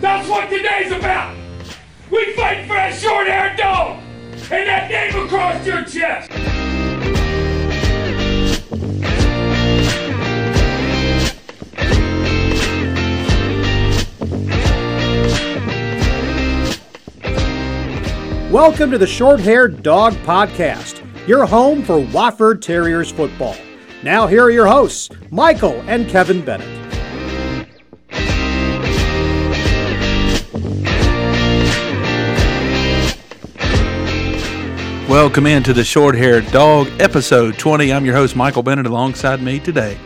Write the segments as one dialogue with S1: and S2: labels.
S1: That's what today's about. We fight for that short haired dog and that name across your chest.
S2: Welcome to the Short Haired Dog Podcast, your home for Wofford Terriers football. Now, here are your hosts, Michael and Kevin Bennett.
S3: Welcome into the Short Haired Dog, episode 20. I'm your host, Michael Bennett. Alongside me today,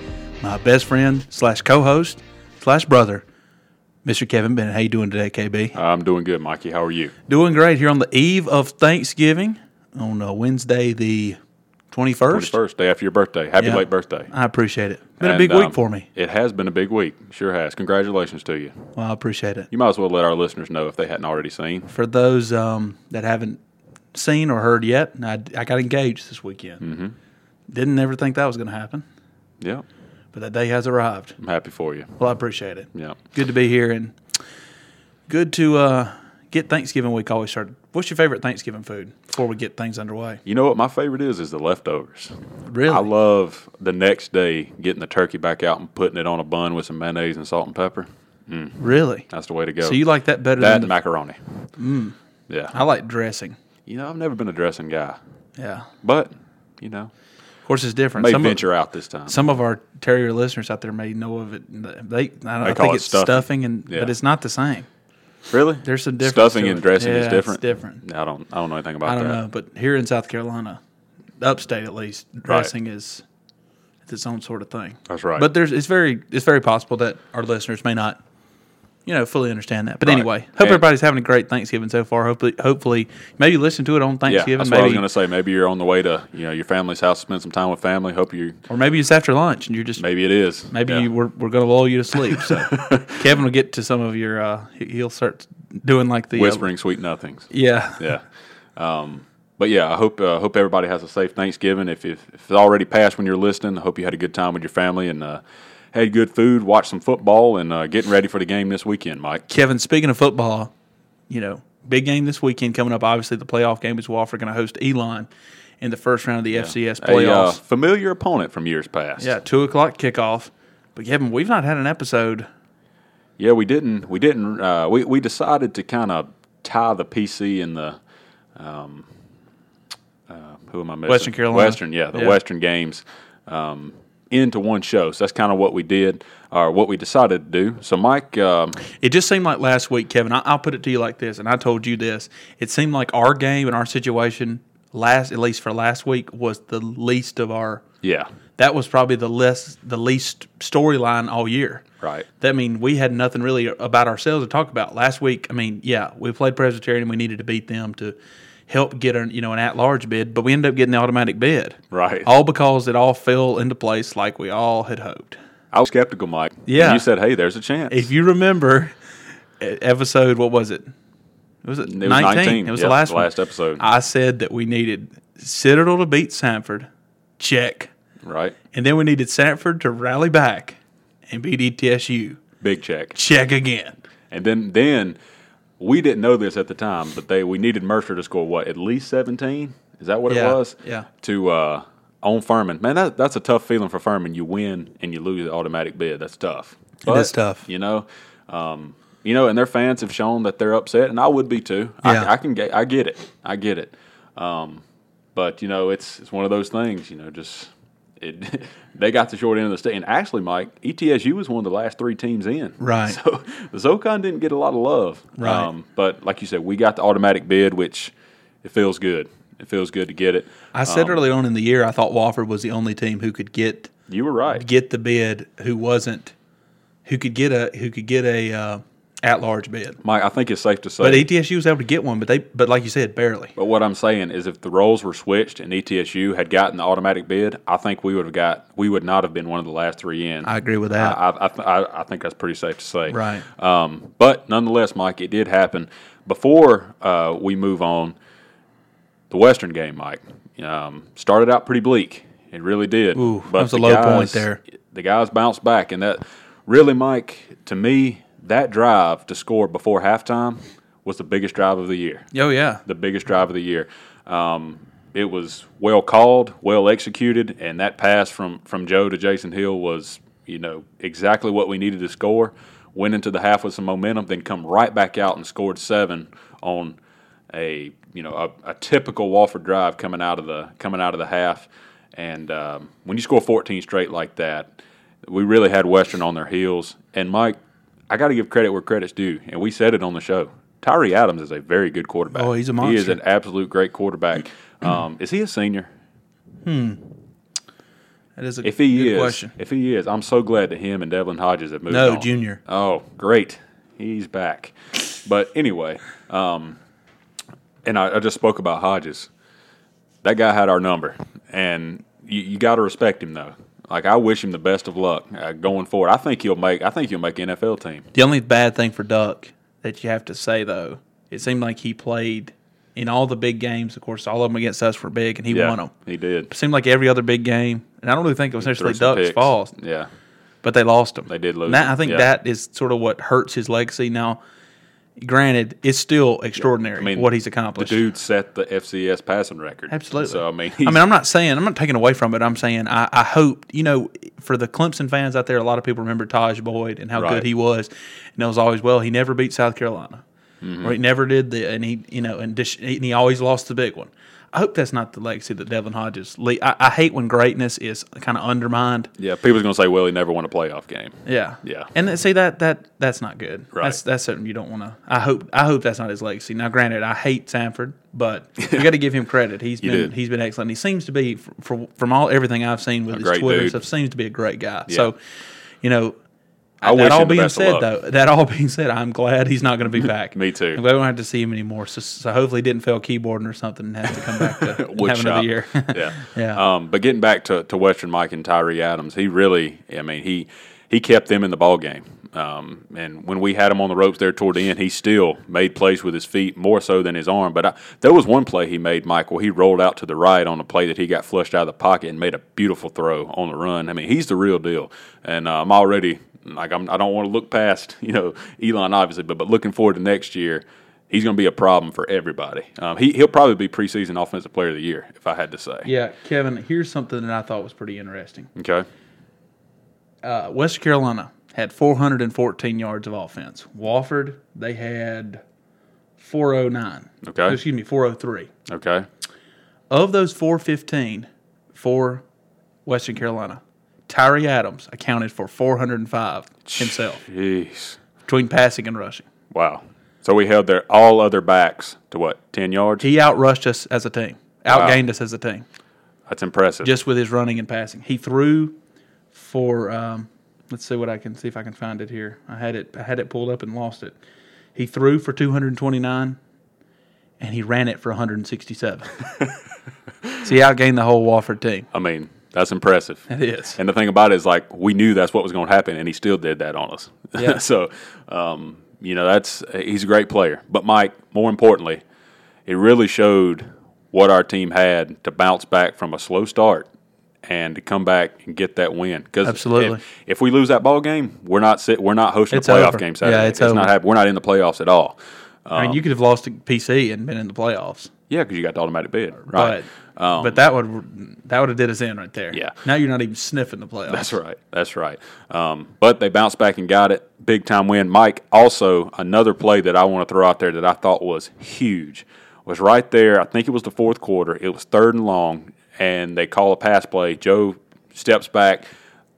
S3: my best friend slash co-host slash brother, Mr. Kevin Bennett. How you doing today, KB?
S4: I'm doing good, Mikey. How are you?
S3: Doing great here on the eve of Thanksgiving on uh, Wednesday the 21st.
S4: 21st, day after your birthday. Happy
S3: Yeah.
S4: late birthday.
S3: I appreciate it. Been a
S4: And,
S3: big
S4: um,
S3: week for me.
S4: It has been a big week. Sure has. Congratulations to you.
S3: Well, I appreciate it.
S4: You might as well let our listeners know if they hadn't already seen.
S3: For those um, that haven't seen or heard yet, I, I got engaged this weekend. Mm-hmm. Didn't ever think that was going to happen,
S4: Yeah.
S3: but that day has arrived.
S4: I'm happy for you.
S3: Well, I appreciate it.
S4: Yeah.
S3: good to be here and good to uh, get Thanksgiving week always started. What's your favorite Thanksgiving food before we get things underway?
S4: You know what my favorite is? Is the leftovers.
S3: Really?
S4: I love the next day getting the turkey back out and putting it on a bun with some mayonnaise and salt and pepper.
S3: really?
S4: That's the way to go.
S3: So you like that better
S4: that
S3: than
S4: and
S3: the Mm.
S4: macaroni? Yeah.
S3: I like dressing.
S4: you know, I've never been a dressing guy,
S3: Yeah.
S4: but you know,
S3: Of course, it's different.
S4: may
S3: some
S4: venture
S3: of,
S4: out this time.
S3: some of our terrier listeners out there may know of it. and They, I, don't, I
S4: call
S3: think
S4: it
S3: it's stuffing,
S4: stuffing.
S3: and
S4: Yeah.
S3: but it's not the same.
S4: really?
S3: There's some difference
S4: Stuffing
S3: to
S4: and
S3: it.
S4: dressing
S3: Yeah,
S4: is
S3: it's
S4: different.
S3: different.
S4: I don't. I don't know anything about
S3: I don't
S4: that.
S3: know, but here in South Carolina, upstate at least, dressing is it's its own sort of thing.
S4: That's right.
S3: But there's it's very it's very possible that our listeners may not, you know, fully understand that. But
S4: Right.
S3: anyway, hope
S4: And-
S3: everybody's having a great Thanksgiving so far. Hopefully, hopefully, maybe listen to it on
S4: Yeah,
S3: Thanksgiving,
S4: that's what I was
S3: maybe,
S4: gonna say. Maybe you're on the way to you know your family's house, spend some time with family. Hope you.
S3: or maybe it's after lunch and you're just
S4: Maybe it is.
S3: maybe
S4: Yeah.
S3: you, we're we're gonna lull you to sleep. So Kevin will get to some of your uh, he- he'll start doing like the uh,
S4: whispering sweet nothings.
S3: yeah,
S4: Yeah. Um, but yeah, I hope uh, hope everybody has a safe Thanksgiving. If, if if it's already passed when you're listening, I hope you had a good time with your family and uh, had good food, watched some football, and uh, getting ready for the game this weekend, Mike.
S3: Kevin, speaking of football, you know, big game this weekend coming up. Obviously, the playoff game is Wofford going to host Elon in the first round of the FCS
S4: A uh,
S3: playoffs.
S4: familiar opponent from years past.
S3: yeah, two o'clock kickoff. But Kevin, we've not had an episode.
S4: Yeah, we didn't. We didn't. Uh, we we decided to kind of tie the PC and the um, uh, who am I missing?
S3: Western Carolina.
S4: Western, yeah, the
S3: Yeah.
S4: Western games um, into one show. So that's kind of what we did, or what we decided to do. So Mike, um,
S3: It just seemed like last week, Kevin. I, I'll put it to you like this, and I told you this. It seemed like our game and our situation last, at least for last week, was the least of our.
S4: yeah,
S3: That was probably the less, the least storyline all year.
S4: right.
S3: That mean we had nothing really about ourselves to talk about last week. I mean, yeah, we played Presbyterian. We needed to beat them to help get an you know an at large bid, but we ended up getting the automatic bid,
S4: Right.
S3: All because it all fell into place like we all had hoped.
S4: I was skeptical, Mike. And
S3: Yeah.
S4: you said, "Hey, there's a chance."
S3: If you remember, e- episode what was it? Was it
S4: was 19.
S3: It was
S4: Yeah,
S3: the last
S4: the
S3: one.
S4: last episode.
S3: I said that we needed Citadel to beat Sanford, check,
S4: right,
S3: and then we needed Sanford to rally back and beat E ETSU,
S4: big check.
S3: check again.
S4: And then then we didn't know this at the time, but they we needed Mercer to score what at least seventeen. Is that what
S3: Yeah,
S4: it was?
S3: yeah.
S4: To uh, own Furman, man, that, that's a tough feeling for Furman. You win and you lose the automatic bid. That's tough.
S3: It is tough.
S4: You know, um, you know, and their fans have shown that they're upset, and I would be too.
S3: Yeah.
S4: I, I can get, I get it, I get it. Um, but you know, it's it's one of those things. You know, just it. they got the short end of the stick, and actually, Mike, E ETSU was one of the last three teams in.
S3: Right.
S4: So Zocon didn't get a lot of love. Um,
S3: Right.
S4: but like you said, we got the automatic bid, which it feels good. It feels good to get it.
S3: I said early on in the year I thought Wofford was the only team who could get
S4: You were right.
S3: get the bid who wasn't who could get a who could get a uh, at large bid.
S4: Mike, I think it's safe to say.
S3: But E ETSU was able to get one, but they but like you said, barely.
S4: but what I'm saying is if the roles were switched and E ETSU had gotten the automatic bid, I think we would have got we would not have been one of the last three in.
S3: I agree with
S4: I,
S3: that.
S4: I, I, I- I think that's pretty safe to say.
S3: Right.
S4: Um, but nonetheless, Mike, it did happen. Before uh, we move on, the Western game, Mike, um, started out pretty bleak. It really did.
S3: Ooh, that was a
S4: the
S3: low point there.
S4: The guys bounced back, and that really, Mike, to me, that drive to score before halftime was the biggest drive of the year.
S3: Oh yeah.
S4: The biggest drive of the year. Um, it was well called, well executed, and that pass from from Joe to Jason Hill was you know exactly what we needed to score. Went into the half with some momentum, then come right back out and scored seven on a you know a, a typical Wofford drive coming out of the coming out of the half. And um, when you score 14 straight like that, we really had Western on their heels. And Mike, I got to give credit where credit's due, and we said it on the show. Tyree Adams is a very good quarterback.
S3: Oh, he's a
S4: He is
S3: monster.
S4: an absolute great quarterback. Um, is he a senior?
S3: That is a
S4: If he
S3: good
S4: is,
S3: question.
S4: if he is, I'm so glad that him and Devlin Hodges have moved.
S3: No,
S4: on.
S3: junior.
S4: Oh, great, he's back. But anyway, um, and I, I just spoke about Hodges. That guy had our number, and you, you got to respect him though. Like I wish him the best of luck uh, going forward. I think he'll make. I think he'll make NFL team.
S3: The only bad thing for Duck that you have to say though, it seemed like he played in all the big games. Of course, all of them against us were big, and he won them.
S4: He did.
S3: It seemed like every other big game, and I don't really think it was
S4: Threw
S3: necessarily
S4: some
S3: Duck's
S4: picks.
S3: fault,
S4: Yeah.
S3: but they lost him.
S4: They did lose
S3: And that-
S4: him,
S3: I think
S4: yeah.
S3: that is sort of what hurts his legacy. Now, granted, it's still extraordinary
S4: I mean,
S3: what he's
S4: The
S3: accomplished.
S4: dude set the FCS passing record.
S3: Absolutely.
S4: So I mean,
S3: I mean, I'm not saying I'm not taking away from it. I'm saying I, I hope you know for the Clemson fans out there, a lot of people remember Taj Boyd and how
S4: Right.
S3: good he was, and it was always well. He never beat South Carolina,
S4: Mm-hmm.
S3: or he never did the, and he you know, and, dish, and he always lost the big one. I hope that's not the legacy that Devlin Hodges. Le- I, I hate when greatness is kind of undermined.
S4: yeah, people's gonna say, well, he never won a playoff game.
S3: Yeah,
S4: Yeah.
S3: And then, see that that that's not good.
S4: Right.
S3: That's that's something you don't want to. I hope I hope that's not his legacy. Now, granted, I hate Sanford, but you got to give him credit. He's been
S4: did.
S3: he's been excellent. He seems to be fr- fr- from all everything I've seen with his
S4: great
S3: Twitter
S4: dude.
S3: and stuff. Seems to be a great guy. So, you know.
S4: I wish
S3: that all
S4: him the
S3: being
S4: best of
S3: said,
S4: luck.
S3: though, that all being said, I'm glad he's not going to be back.
S4: Me too.
S3: I'm glad we don't have to see him anymore. So, so hopefully, he didn't fail keyboarding or something and have to come back to and
S4: Wood
S3: have another
S4: shop.
S3: year.
S4: uh, yeah.
S3: Yeah.
S4: Um, but getting back to, to Western Mike and Tyree Adams, he really, I mean, he he kept them in the ball game. Um, and when we had him on the ropes there toward the end, he still made plays with his feet more so than his arm. But I, there was one play he made, Michael. He rolled out to the right on a play that he got flushed out of the pocket and made a beautiful throw on the run. I mean, he's the real deal. And uh, I'm already like I'm, I don't want to look past you know Elon obviously, but but looking forward to next year he's going to be a problem for everybody. Um, he he'll probably be preseason offensive player of the year if I had to say.
S3: yeah, Kevin. Here's something that I thought was pretty interesting.
S4: Okay.
S3: uh, West Carolina had 414 yards of offense. Wofford, they had 409.
S4: Okay.
S3: Excuse me, 403.
S4: Okay.
S3: Of those 415 for Western Carolina, Tyree Adams accounted for 405 himself
S4: Jeez.
S3: between passing and rushing.
S4: Wow. So we held their all other backs to what ten yards?
S3: He outrushed us as a team, outgained us as a team,
S4: That's impressive.
S3: just with his running and passing. He threw for, um, let's see what I can see if I can find it here. I had it, I had it pulled up and lost it. He threw for 229 and he ran it for 167. so he outgained the whole Wofford team.
S4: I mean, that's impressive.
S3: It is.
S4: And the thing about it is, like, we knew that's what was going to happen, and he still did that on us.
S3: Yeah.
S4: so, um, you know, that's he's a great player. But Mike, more importantly, it really showed what our team had to bounce back from a slow start and to come back and get that win. Because
S3: Absolutely.
S4: if, if we lose that ball game, we're not sit, we're not hosting
S3: It's
S4: a playoff
S3: over.
S4: game Saturday.
S3: Yeah, it's
S4: not
S3: over.
S4: hap- We're not in the playoffs at all.
S3: I
S4: Oh.
S3: mean, you could have lost to PC and been in the playoffs,
S4: Yeah, because you got the automatic bid, right?
S3: but
S4: Um,
S3: but that would that would have did us in right there.
S4: Yeah.
S3: Now you're not even sniffing the playoffs.
S4: That's right. That's right. Um, but they bounced back and got it. Big time win. Mike, also another play that I want to throw out there that I thought was huge was right there. I think it was the fourth quarter. It was third and long, and they call a pass play. Joe steps back.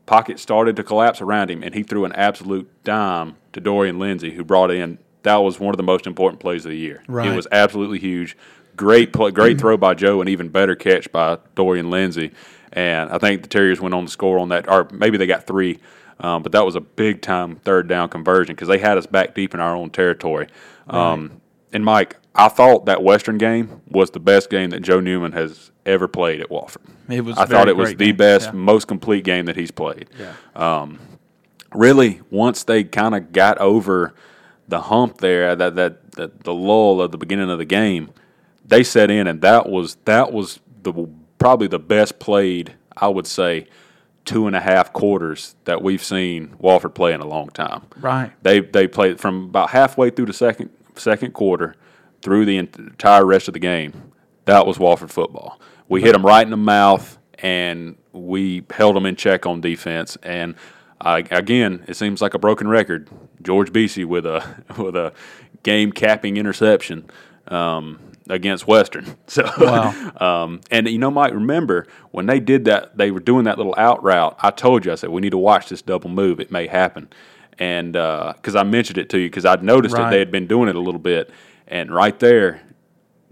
S4: Pocket started to collapse around him, and he threw an absolute dime to Dorian Lindsay, who brought in. That was one of the most important plays of the year. It
S3: Right.
S4: was absolutely huge. Great play, great throw by Joe, and even better catch by Dorian Lindsay. And I think the Terriers went on to score on that, or maybe they got three, um, but that was a big time third down conversion because they had us back deep in our own territory. Um, And Mike, I thought that Western game was the best game that Joe Newman has ever played at Wofford.
S3: It was
S4: I
S3: a very
S4: thought it was
S3: great
S4: the
S3: game.
S4: best,
S3: Yeah.
S4: most complete game that he's played
S3: Yeah.
S4: really once they kind of got over the hump there that, that that the lull of the beginning of the game they set in and that was that was the probably the best played i would say two and a half quarters that we've seen Walford play in a long time.
S3: Right.
S4: They they played from about halfway through the second second quarter through the entire rest of the game. That was Walford football. We hit them right in the mouth, and we held them in check on defense. And uh, again, it seems like a broken record. George Beesey with a with a game capping interception um, against Western. So, um, and you know, Mike, remember when they did that? They were doing that little out route. I told you, I said we need to watch this double move. It may happen, and because I mentioned it to you, because I'd noticed that
S3: Right.
S4: they had been doing it a little bit, and right there,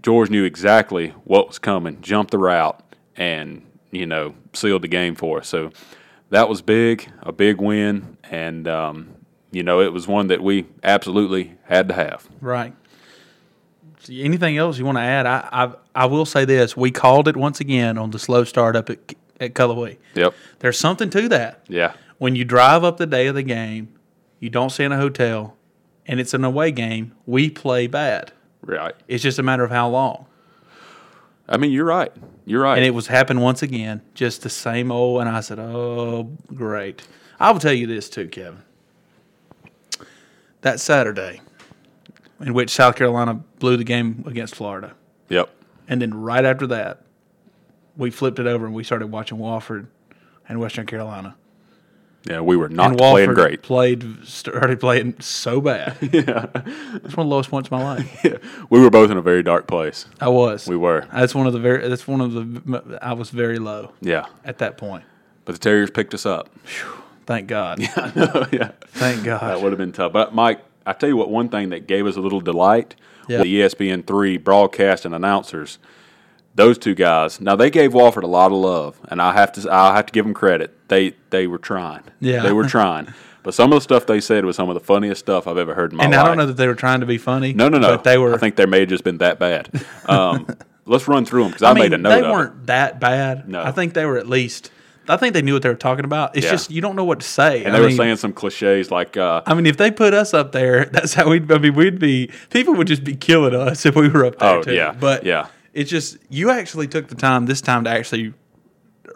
S4: George knew exactly what was coming, jumped the route, and you know sealed the game for us. So that was big, a big win, and um, you know it was one that we absolutely had to have.
S3: Right. So anything else you want to add? I, I I will say this: we called it once again on the slow start up at at Cullowhee.
S4: Yep.
S3: There's something to that.
S4: Yeah.
S3: When you drive up the day of the game, you don't stay in a hotel, and it's an away game. We play bad.
S4: Right.
S3: It's just a matter of how long.
S4: I mean, you're right. You're right.
S3: And it was happened once again, just the same old. And I said, "Oh, great." I will tell you this too, Kevin. That Saturday, in which South Carolina blew the game against Florida.
S4: yep.
S3: And then right after that, we flipped it over and we started watching Wofford and Western Carolina.
S4: Yeah, we were not
S3: and
S4: playing
S3: Wofford
S4: great.
S3: played started playing so bad. Yeah. It's one of the lowest points of my life.
S4: We were both in a very dark place.
S3: I was.
S4: We were.
S3: That's one of the very that's one of the I was very low
S4: Yeah.
S3: at that point.
S4: But the Terriers picked us up.
S3: Thank God.
S4: yeah.
S3: Thank
S4: That
S3: God.
S4: would have been tough. But Mike, I tell you what, one thing that gave us a little delight
S3: Yeah.
S4: were the E ESPN three broadcast and announcers. Those two guys. Now they gave Walford a lot of love, and I have to I have to give them credit. They they were trying.
S3: Yeah.
S4: they were trying. But some of the stuff they said was some of the funniest stuff I've ever heard in my
S3: And
S4: life.
S3: I don't know that they were trying to be funny.
S4: No, no, no.
S3: But they were
S4: I think there may have just been that bad. Um, let's run through them because I,
S3: I mean,
S4: made a note.
S3: they
S4: of it.
S3: weren't that bad.
S4: No.
S3: I think they were at least I think they knew what they were talking about. It's
S4: Yeah.
S3: just you don't know what to say.
S4: And
S3: I
S4: they were
S3: mean,
S4: saying some cliches like, uh,
S3: I mean, if they put us up there, that's how we'd. I mean, we'd be people would just be killing us if we were up there.
S4: Oh,
S3: too.
S4: yeah,
S3: but
S4: yeah.
S3: it's just you actually took the time this time to actually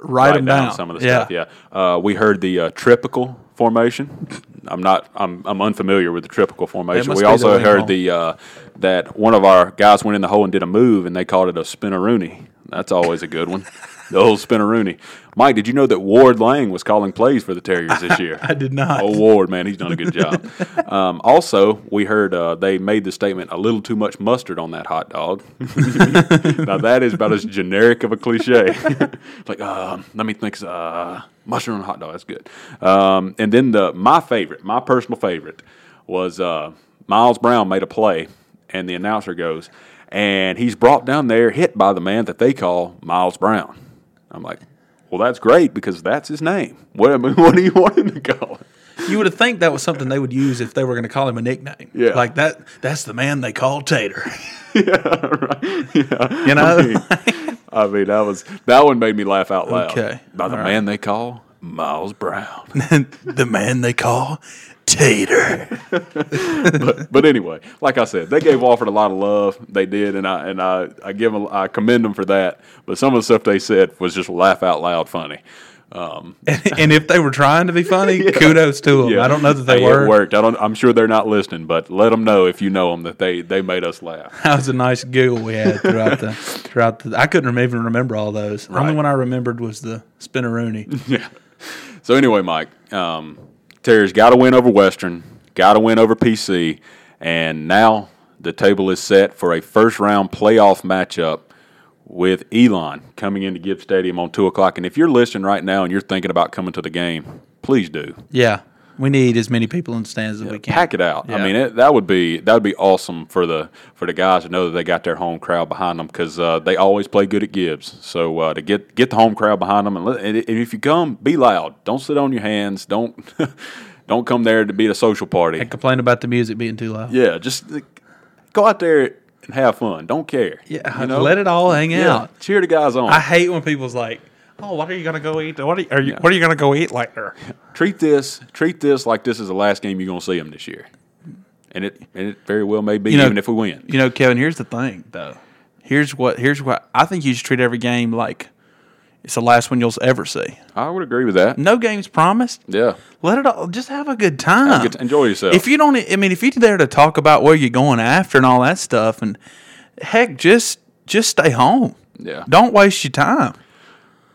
S3: write,
S4: write
S3: them
S4: down,
S3: down,
S4: some of the stuff. Yeah, uh, we heard the uh, tripical formation. I'm not. I'm, I'm unfamiliar with the tripical formation.
S3: must
S4: We
S3: be the
S4: also
S3: wing
S4: heard
S3: hole.
S4: the uh, that one of our guys went in the hole and did a move, and they called it a spinneroonie. That's always a good one. The old spinneroonie. Mike, did you know that Ward Lang was calling plays for the Terriers this year?
S3: I did not.
S4: Oh, Ward, man, he's done a good job. um, also, we heard uh, they made the statement a little too much mustard on that hot dog. now that is about as generic of a cliche. It's like, um, let me think. Uh, mushroom and hot dog. That's good. Um, and then the my favorite, my personal favorite, was uh, Miles Brown made a play, and the announcer goes, and he's brought down there, hit by the man that they call Miles Brown. I'm like. Well, that's great because that's his name. What, what do you want him to call it?
S3: You would have think that was something they would use if they were going to call him a nickname.
S4: Yeah.
S3: like that. That's the man they call Tater. You know.
S4: I mean, that was that one made me laugh out loud.
S3: Okay.
S4: By the man they call Miles Brown.
S3: the man they call Tater.
S4: but anyway, like I said, they gave Wofford a lot of love. They did, and I and I I give 'em- I commend them for that. But some of the stuff they said was just laugh out loud funny. Um,
S3: and if they were trying to be funny, kudos to them.
S4: yeah.
S3: I don't know that they
S4: Hey,
S3: were.
S4: It worked. I don't. I'm sure they're not listening, but let them know if you know them that they they made us laugh.
S3: That was a nice giggle we had throughout the throughout the. I couldn't even remember all those. The only
S4: Right.
S3: one I remembered was the spinneroonie.
S4: yeah. So anyway, Mike, um, Terriers got to win over Western, got to win over PC, and now the table is set for a first round playoff matchup with Elon coming into Gibbs Stadium on two o'clock. And if you're listening right now and you're thinking about coming to the game, please do.
S3: yeah, we need as many people in the stands as we can.
S4: Pack it out. I
S3: Yeah.
S4: mean, it, that would be that would be awesome for the for the guys to know that they got their home crowd behind them because uh, they always play good at Gibbs. So uh, to get get the home crowd behind them, and, let, and if you come, be loud. Don't sit on your hands. Don't don't come there to be at a social party.
S3: Complain about the music being too loud.
S4: Yeah, just uh, go out there and have fun. Don't care.
S3: Yeah,
S4: you know?
S3: let it all hang
S4: Yeah,
S3: out.
S4: Cheer the guys on.
S3: I hate when people's like, "Oh, what are you gonna go eat? What are you? Are you What are you gonna go eat later?"
S4: treat this treat this like this is the last game you're gonna see them this year, and it and it very well may be
S3: You know-
S4: even if we win.
S3: You know, Kevin. Here's the thing, though. Here's what. Here's what. I think you should treat every game like It's the last one you'll ever see.
S4: I would agree with that.
S3: No games promised.
S4: Yeah.
S3: Let it all. Just have a good time.
S4: a good- enjoy yourself.
S3: If you don't, I mean, if you're there to talk about where you're going after and all that stuff, and heck, just just stay home.
S4: Yeah.
S3: Don't waste your time.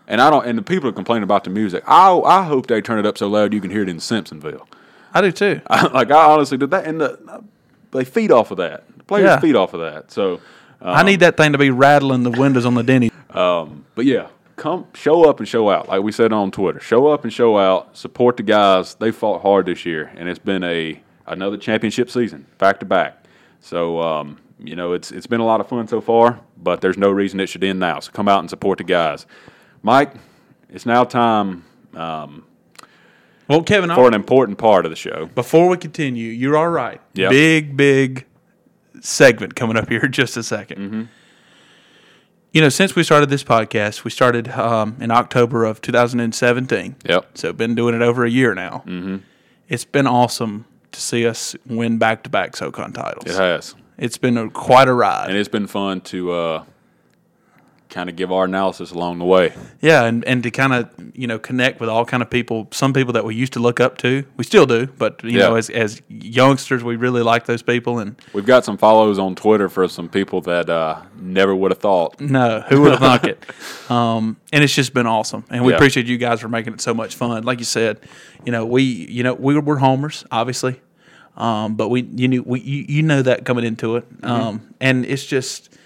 S4: And I don't. And the people are complaining about the music. I I hope they turn it up so loud you can hear it in Simpsonville.
S3: I do too.
S4: like I honestly did that, and the, they feed off of that. The players
S3: Yeah.
S4: feed off of that. So, uh,
S3: I need that thing to be rattling the windows on the Denny.
S4: but yeah, come show up and show out. Like we said on Twitter, show up and show out. Support the guys. They fought hard this year, and it's been a another championship season, back to back. So um, you know, it's it's been a lot of fun so far, but there's no reason it should end now. So come out and support the guys. Mike, it's now time
S3: Well, Kevin, I,
S4: for an important part of the show.
S3: before we continue, you're all right.
S4: Yeah.
S3: Big, big segment coming up here in just a 2nd
S4: Mm-hmm.
S3: You know, since we started this podcast, we started um, in October of 2017.
S4: Yep.
S3: So been doing it over a year now. Mm-hmm. It's been awesome to see us win back-to-back SoCon titles.
S4: It has.
S3: It's been a, quite a ride.
S4: and it's been fun to uh, kind of give our analysis along the way.
S3: Yeah, and, and to kind of you know connect with all kind of people, some people that we used to look up to, we still do, but you
S4: Yeah.
S3: know as as youngsters, we really like those people, and
S4: We've got some follows on Twitter for some people that uh, never would have thought.
S3: no, who would have thunk it? Um, and it's just been awesome, and we
S4: Yeah.
S3: appreciate you guys for making it so much fun. Like you said, you know we you know we were homers, obviously, um, but we you knew we you, you know that coming into it, um, and it's just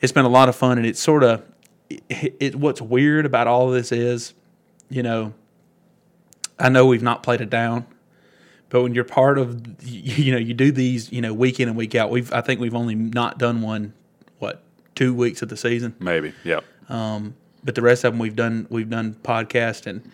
S3: it's been a lot of fun, and it's sort of it, it. What's weird about all of this is, you know. I know we've not played it down, but when you're part of, you know, you do these, you know, week in and week out. We've, I think we've only not done one, what, two weeks of the season.
S4: Maybe, yeah.
S3: But the rest of them we've done, we've done podcast, and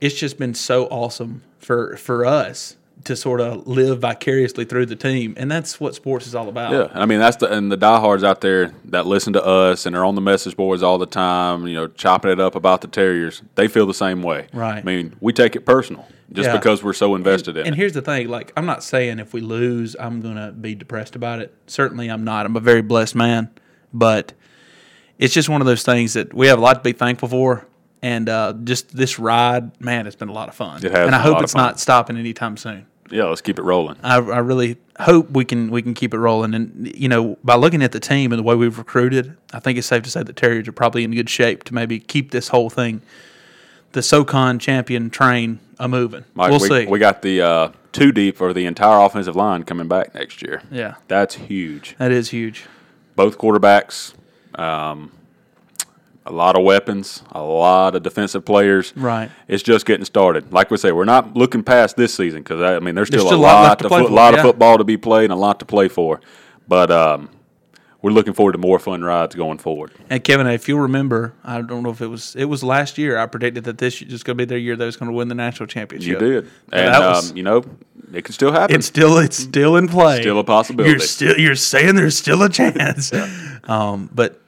S3: it's just been so awesome for for us to sort of live vicariously through the team, and that's what sports is all about.
S4: Yeah, and I mean that's the and the diehards out there that listen to us and are on the message boards all the time. You know, chopping it up about the Terriers. They feel the same way.
S3: Right.
S4: I mean, we take it personal just
S3: Yeah.
S4: because we're so invested in
S3: And
S4: it.
S3: here's the thing, like I'm not saying if we lose, I'm gonna be depressed about it. Certainly, I'm not. I'm a very blessed man, but it's just one of those things that we have a lot to be thankful for. And uh, just this ride, man, it's been a lot of fun.
S4: It has
S3: and I
S4: been a
S3: hope
S4: lot
S3: it's
S4: of fun.
S3: not stopping anytime soon.
S4: Yeah, let's keep it rolling.
S3: I, I really hope we can we can keep it rolling. And you know, by looking at the team and the way we've recruited, I think it's safe to say the Terriers are probably in good shape to maybe keep this whole thing, the SoCon champion train, a moving.
S4: Mike,
S3: we'll
S4: we,
S3: see.
S4: We got the uh, two deep or the entire offensive line coming back next year.
S3: Yeah.
S4: that's huge.
S3: that is huge.
S4: both quarterbacks, um, a lot of weapons, a lot of defensive players.
S3: Right.
S4: It's just getting started. Like we say, we're not looking past this season because I, I mean there's still,
S3: still a
S4: a
S3: lot
S4: lot,
S3: left to
S4: to
S3: play
S4: foot-
S3: for,
S4: lot
S3: yeah.
S4: of football to be played and a lot to play for, but um, we're looking forward to more fun rides going forward.
S3: And Kevin, if you'll remember, I don't know if it was it was last year. I predicted that this is going to be their year that was going to win the national championship.
S4: You did,
S3: And
S4: and
S3: that was-
S4: um, you know it could still happen.
S3: It's still it's still in play.
S4: Still a possibility.
S3: You're still you're saying there's still a chance. Um, but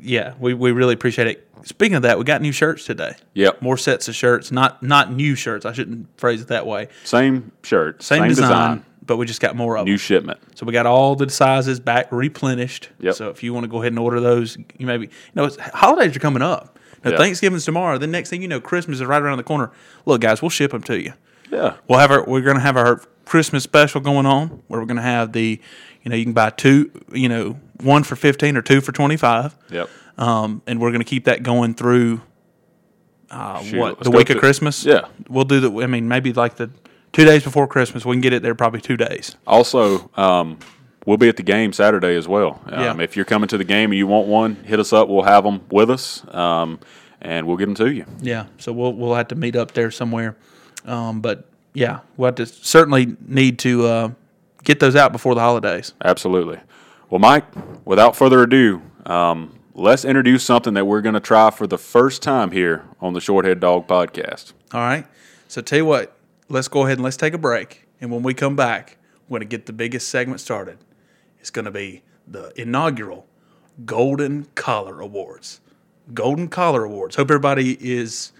S3: yeah, we, we really appreciate it. Speaking of that, we got new shirts today.
S4: Yep.
S3: more sets of shirts. Not not new shirts. I shouldn't phrase it that way.
S4: same shirt,
S3: Same, design, but we just got more of them.
S4: new shipment.
S3: So we got all the sizes back replenished.
S4: Yep.
S3: So if you want to go ahead and order those, you maybe you know it's, holidays are coming up. Now
S4: Yeah.
S3: Thanksgiving's tomorrow. Then next thing you know, Christmas is right around the corner. Look, guys, we'll ship them to you.
S4: Yeah,
S3: We'll have our we're gonna have our Christmas special going on where we're gonna have the you know you can buy two you know one for fifteen or two for twenty five.
S4: yep.
S3: Um, and we're gonna keep that going through uh,
S4: Shoot,
S3: what
S4: let's
S3: the
S4: go
S3: week of
S4: to-
S3: Christmas.
S4: Yeah.
S3: we'll do the. I mean, maybe like the two days before Christmas, we can get it there probably two days.
S4: Also, um, we'll be at the game Saturday as well. Um,
S3: Yeah.
S4: If you're coming to the game and you want one, hit us up. We'll have them with us, um, and we'll get them to you.
S3: Yeah, so we'll we'll have to meet up there somewhere. Um, but yeah, we'll have to certainly need to uh, get those out before the holidays.
S4: Absolutely. Well, Mike, without further ado, um, let's introduce something that we're going to try for the first time here on the Shorthead Dog Podcast.
S3: All right. So tell you what, let's go ahead and let's take a break. And when we come back, we're gonna get the biggest segment started. It's gonna be the inaugural Golden Collar Awards. Golden Collar Awards. Hope everybody is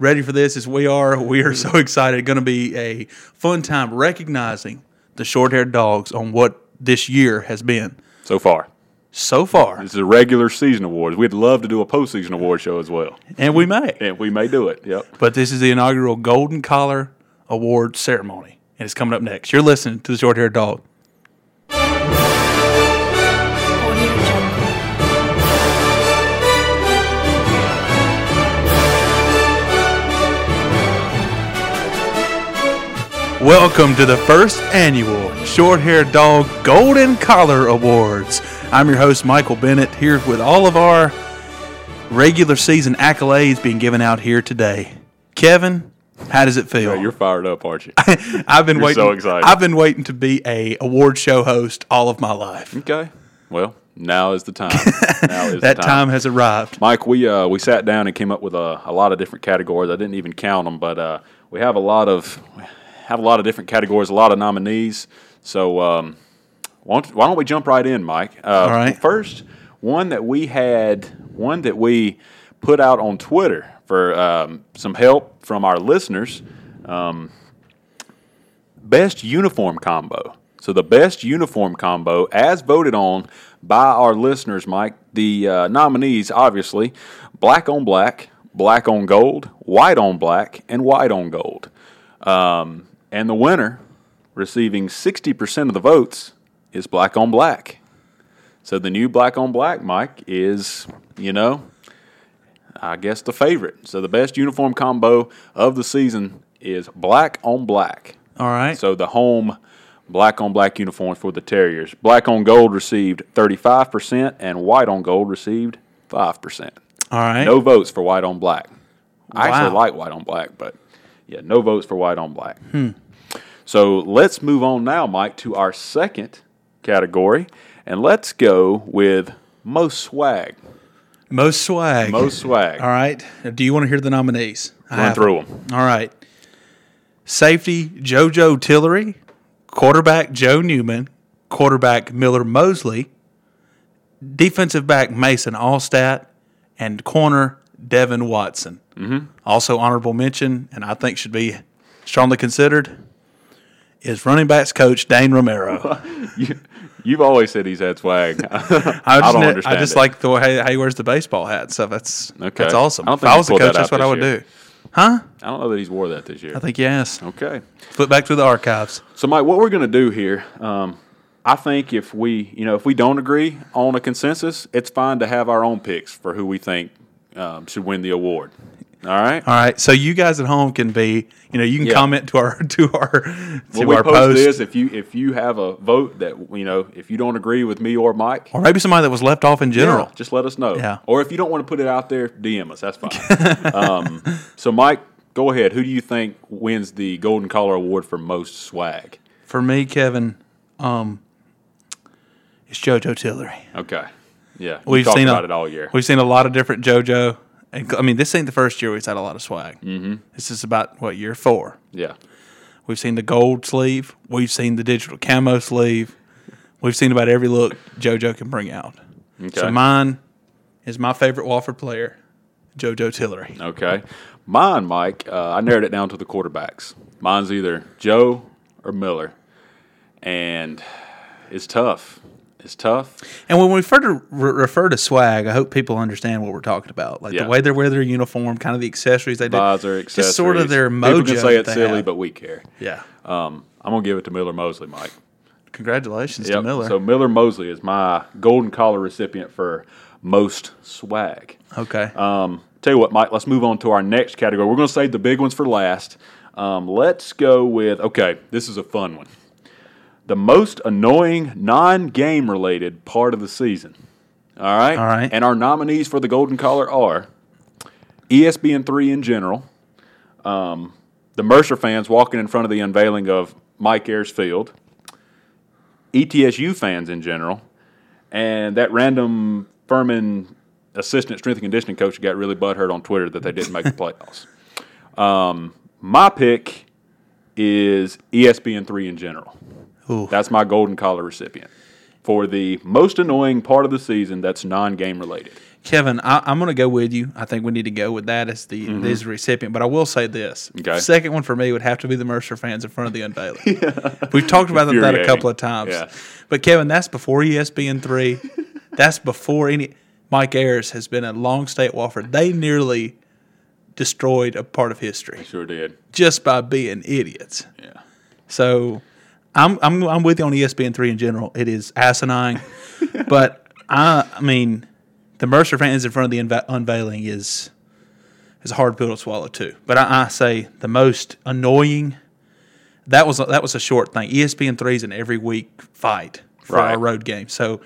S3: ready for this as we are. We are so excited. Going to be a fun time recognizing the short haired dogs on what this year has been.
S4: So far,
S3: so far,
S4: This is a regular season awards. We'd love to do a postseason award show as well,
S3: and we may.
S4: and we may do it. Yep.
S3: But this is the inaugural Golden Collar Award ceremony, and it's coming up next. You're listening to the Short Haired Dog.
S5: Audio Jungle.
S3: Welcome to the first annual Short Haired Dog Golden Collar Awards. I'm your host, Michael Bennett, here with all of our regular season accolades being given out here today. Kevin, how does it feel?
S4: Hey, you're fired up, aren't you?
S3: I've been
S4: you're
S3: waiting.
S4: so excited.
S3: I've been waiting to be a award show host all of my life.
S4: okay. Well, now is the time. Now is
S3: That
S4: the
S3: time has arrived.
S4: Mike, we uh, we sat down and came up with a, a lot of different categories. I didn't even count them, but uh, we have a lot of have a lot of different categories, a lot of nominees. So um, why, don't, why don't we jump right in, Mike? Uh, All
S3: right.
S4: First, one that we had, one that we put out on Twitter for um, some help from our listeners. Um, best uniform combo. So the best uniform combo, as voted on by our listeners, Mike. The uh, nominees, obviously, black on black, black on gold, white on black, and white on gold. Um, and the winner, receiving sixty percent of the votes, is black on black. So the new black on black, Mike, is you know I guess the favorite. So the best uniform combo of the season is black on black.
S3: All right.
S4: So the home black on black uniforms for the Terriers. Black on gold received 35% and white on gold received 5%.
S3: all right.
S4: No votes for white on black. I actually
S3: Wow.
S4: like white on black, but yeah, no votes for white on black.
S3: Hmm.
S4: So let's move on now, Mike, to our second category, and let's go with most swag.
S3: Most swag.
S4: Most swag.
S3: All right. Do you want to hear the nominees? I
S4: Run
S3: have
S4: through them.
S3: All right. Safety JoJo Tillery, quarterback Joe Newman, quarterback Miller Mosley, defensive back Mason Allstat, and corner Devin Watson. Mm-hmm. Also honorable mention, and I think should be strongly considered, is running backs coach Dane Romero.
S4: You, you've always said he's had swag.
S3: I just,
S4: don't
S3: ne-
S4: understand
S3: I just
S4: it.
S3: like the way how he wears the baseball hat. So that's
S4: Okay.
S3: that's awesome.
S4: I don't
S3: if
S4: think
S3: I
S4: he
S3: was the
S4: pulled that
S3: coach, that's
S4: out
S3: what
S4: this
S3: I would
S4: year.
S3: do. Huh?
S4: I don't know that he's wore that this year.
S3: I think yes.
S4: Okay.
S3: Flip back to the archives.
S4: So, Mike, what we're going to do here, um, I think if we, you know, if we don't agree on a consensus, it's fine to have our own picks for who we think um, should win the award. All right.
S3: All right, so you guys at home can be, you know, you can
S4: Yeah.
S3: comment to our to our to
S4: When we
S3: our
S4: post,
S3: post,
S4: this, if you if you have a vote that you know, if you don't agree with me or Mike,
S3: or maybe somebody that was left off in general.
S4: yeah, just let us know.
S3: Yeah.
S4: Or if you don't want to put it out there, DM us. That's fine. um, so, Mike, go ahead. Who do you think wins the Golden Collar Award for most swag?
S3: For me, Kevin, um, it's JoJo Tillery.
S4: Okay. Yeah.
S3: We've
S4: talked
S3: seen
S4: about
S3: a,
S4: it all year.
S3: We've seen a lot of different JoJo. And, I mean, this ain't the first year we've had a lot of swag. Mm-hmm. This is about what year four.
S4: yeah.
S3: We've seen the gold sleeve. We've seen the digital camo sleeve. We've seen about every look JoJo can bring out. So
S4: Okay.
S3: mine is my favorite Wofford player, JoJo Tillery.
S4: Okay. Mine, Mike, uh, I narrowed it down to the quarterbacks. Mine's either Joe or Miller. And it's tough. It's tough.
S3: And when we refer to, re- refer to swag, I hope people understand what we're talking about, like
S4: Yeah.
S3: the way they wear their uniform, kind of the accessories they do,
S4: Visor, accessories.
S3: just sort of their mojo.
S4: People can say
S3: that
S4: it's
S3: they
S4: silly,
S3: have.
S4: but we care.
S3: yeah.
S4: Um, I'm going to give it to Miller Mosley, Mike.
S3: Congratulations to
S4: Yep.
S3: Miller.
S4: So Miller Mosley is my Golden Collar recipient for most swag.
S3: okay.
S4: Um, tell you what, Mike, let's move on to our next category. We're going to save the big ones for last. Um, let's go with okay, this is a fun one. The most annoying non game related part of the season. All right.
S3: All right.
S4: And our nominees for the Golden Collar are E ESPN3 in general, um, the Mercer fans walking in front of the unveiling of Mike Ayers Field, E ETSU fans in general, and that random Furman assistant strength and conditioning coach got really butthurt on Twitter that they didn't make the playoffs. Um, my pick is E ESPN3 in general.
S3: Ooh.
S4: That's my Golden Collar recipient for the most annoying part of the season that's non game related.
S3: Kevin, I, I'm going to go with you. I think we need to go with that as the as the recipient. But I will say this:
S4: Mm-hmm. Okay.
S3: second one for me would have to be the Mercer fans in front of the unveiling. We've talked about that a
S4: Infuriating.
S3: couple of times.
S4: Yeah.
S3: E But Kevin, that's before ESPN three. That's before any. Mike Ayers has been a long stay at Wofford. They nearly destroyed a part of history
S4: Sure did.
S3: just by being idiots.
S4: Yeah.
S3: So I'm I'm I'm with you on E ESPN three in general. It is asinine, but I I mean the Mercer fans in front of the unva- unveiling is is a hard pill to swallow too. But I, I say the most annoying that was that was a short thing. E ESPN three is an every week fight for
S4: Right.
S3: our road game. So.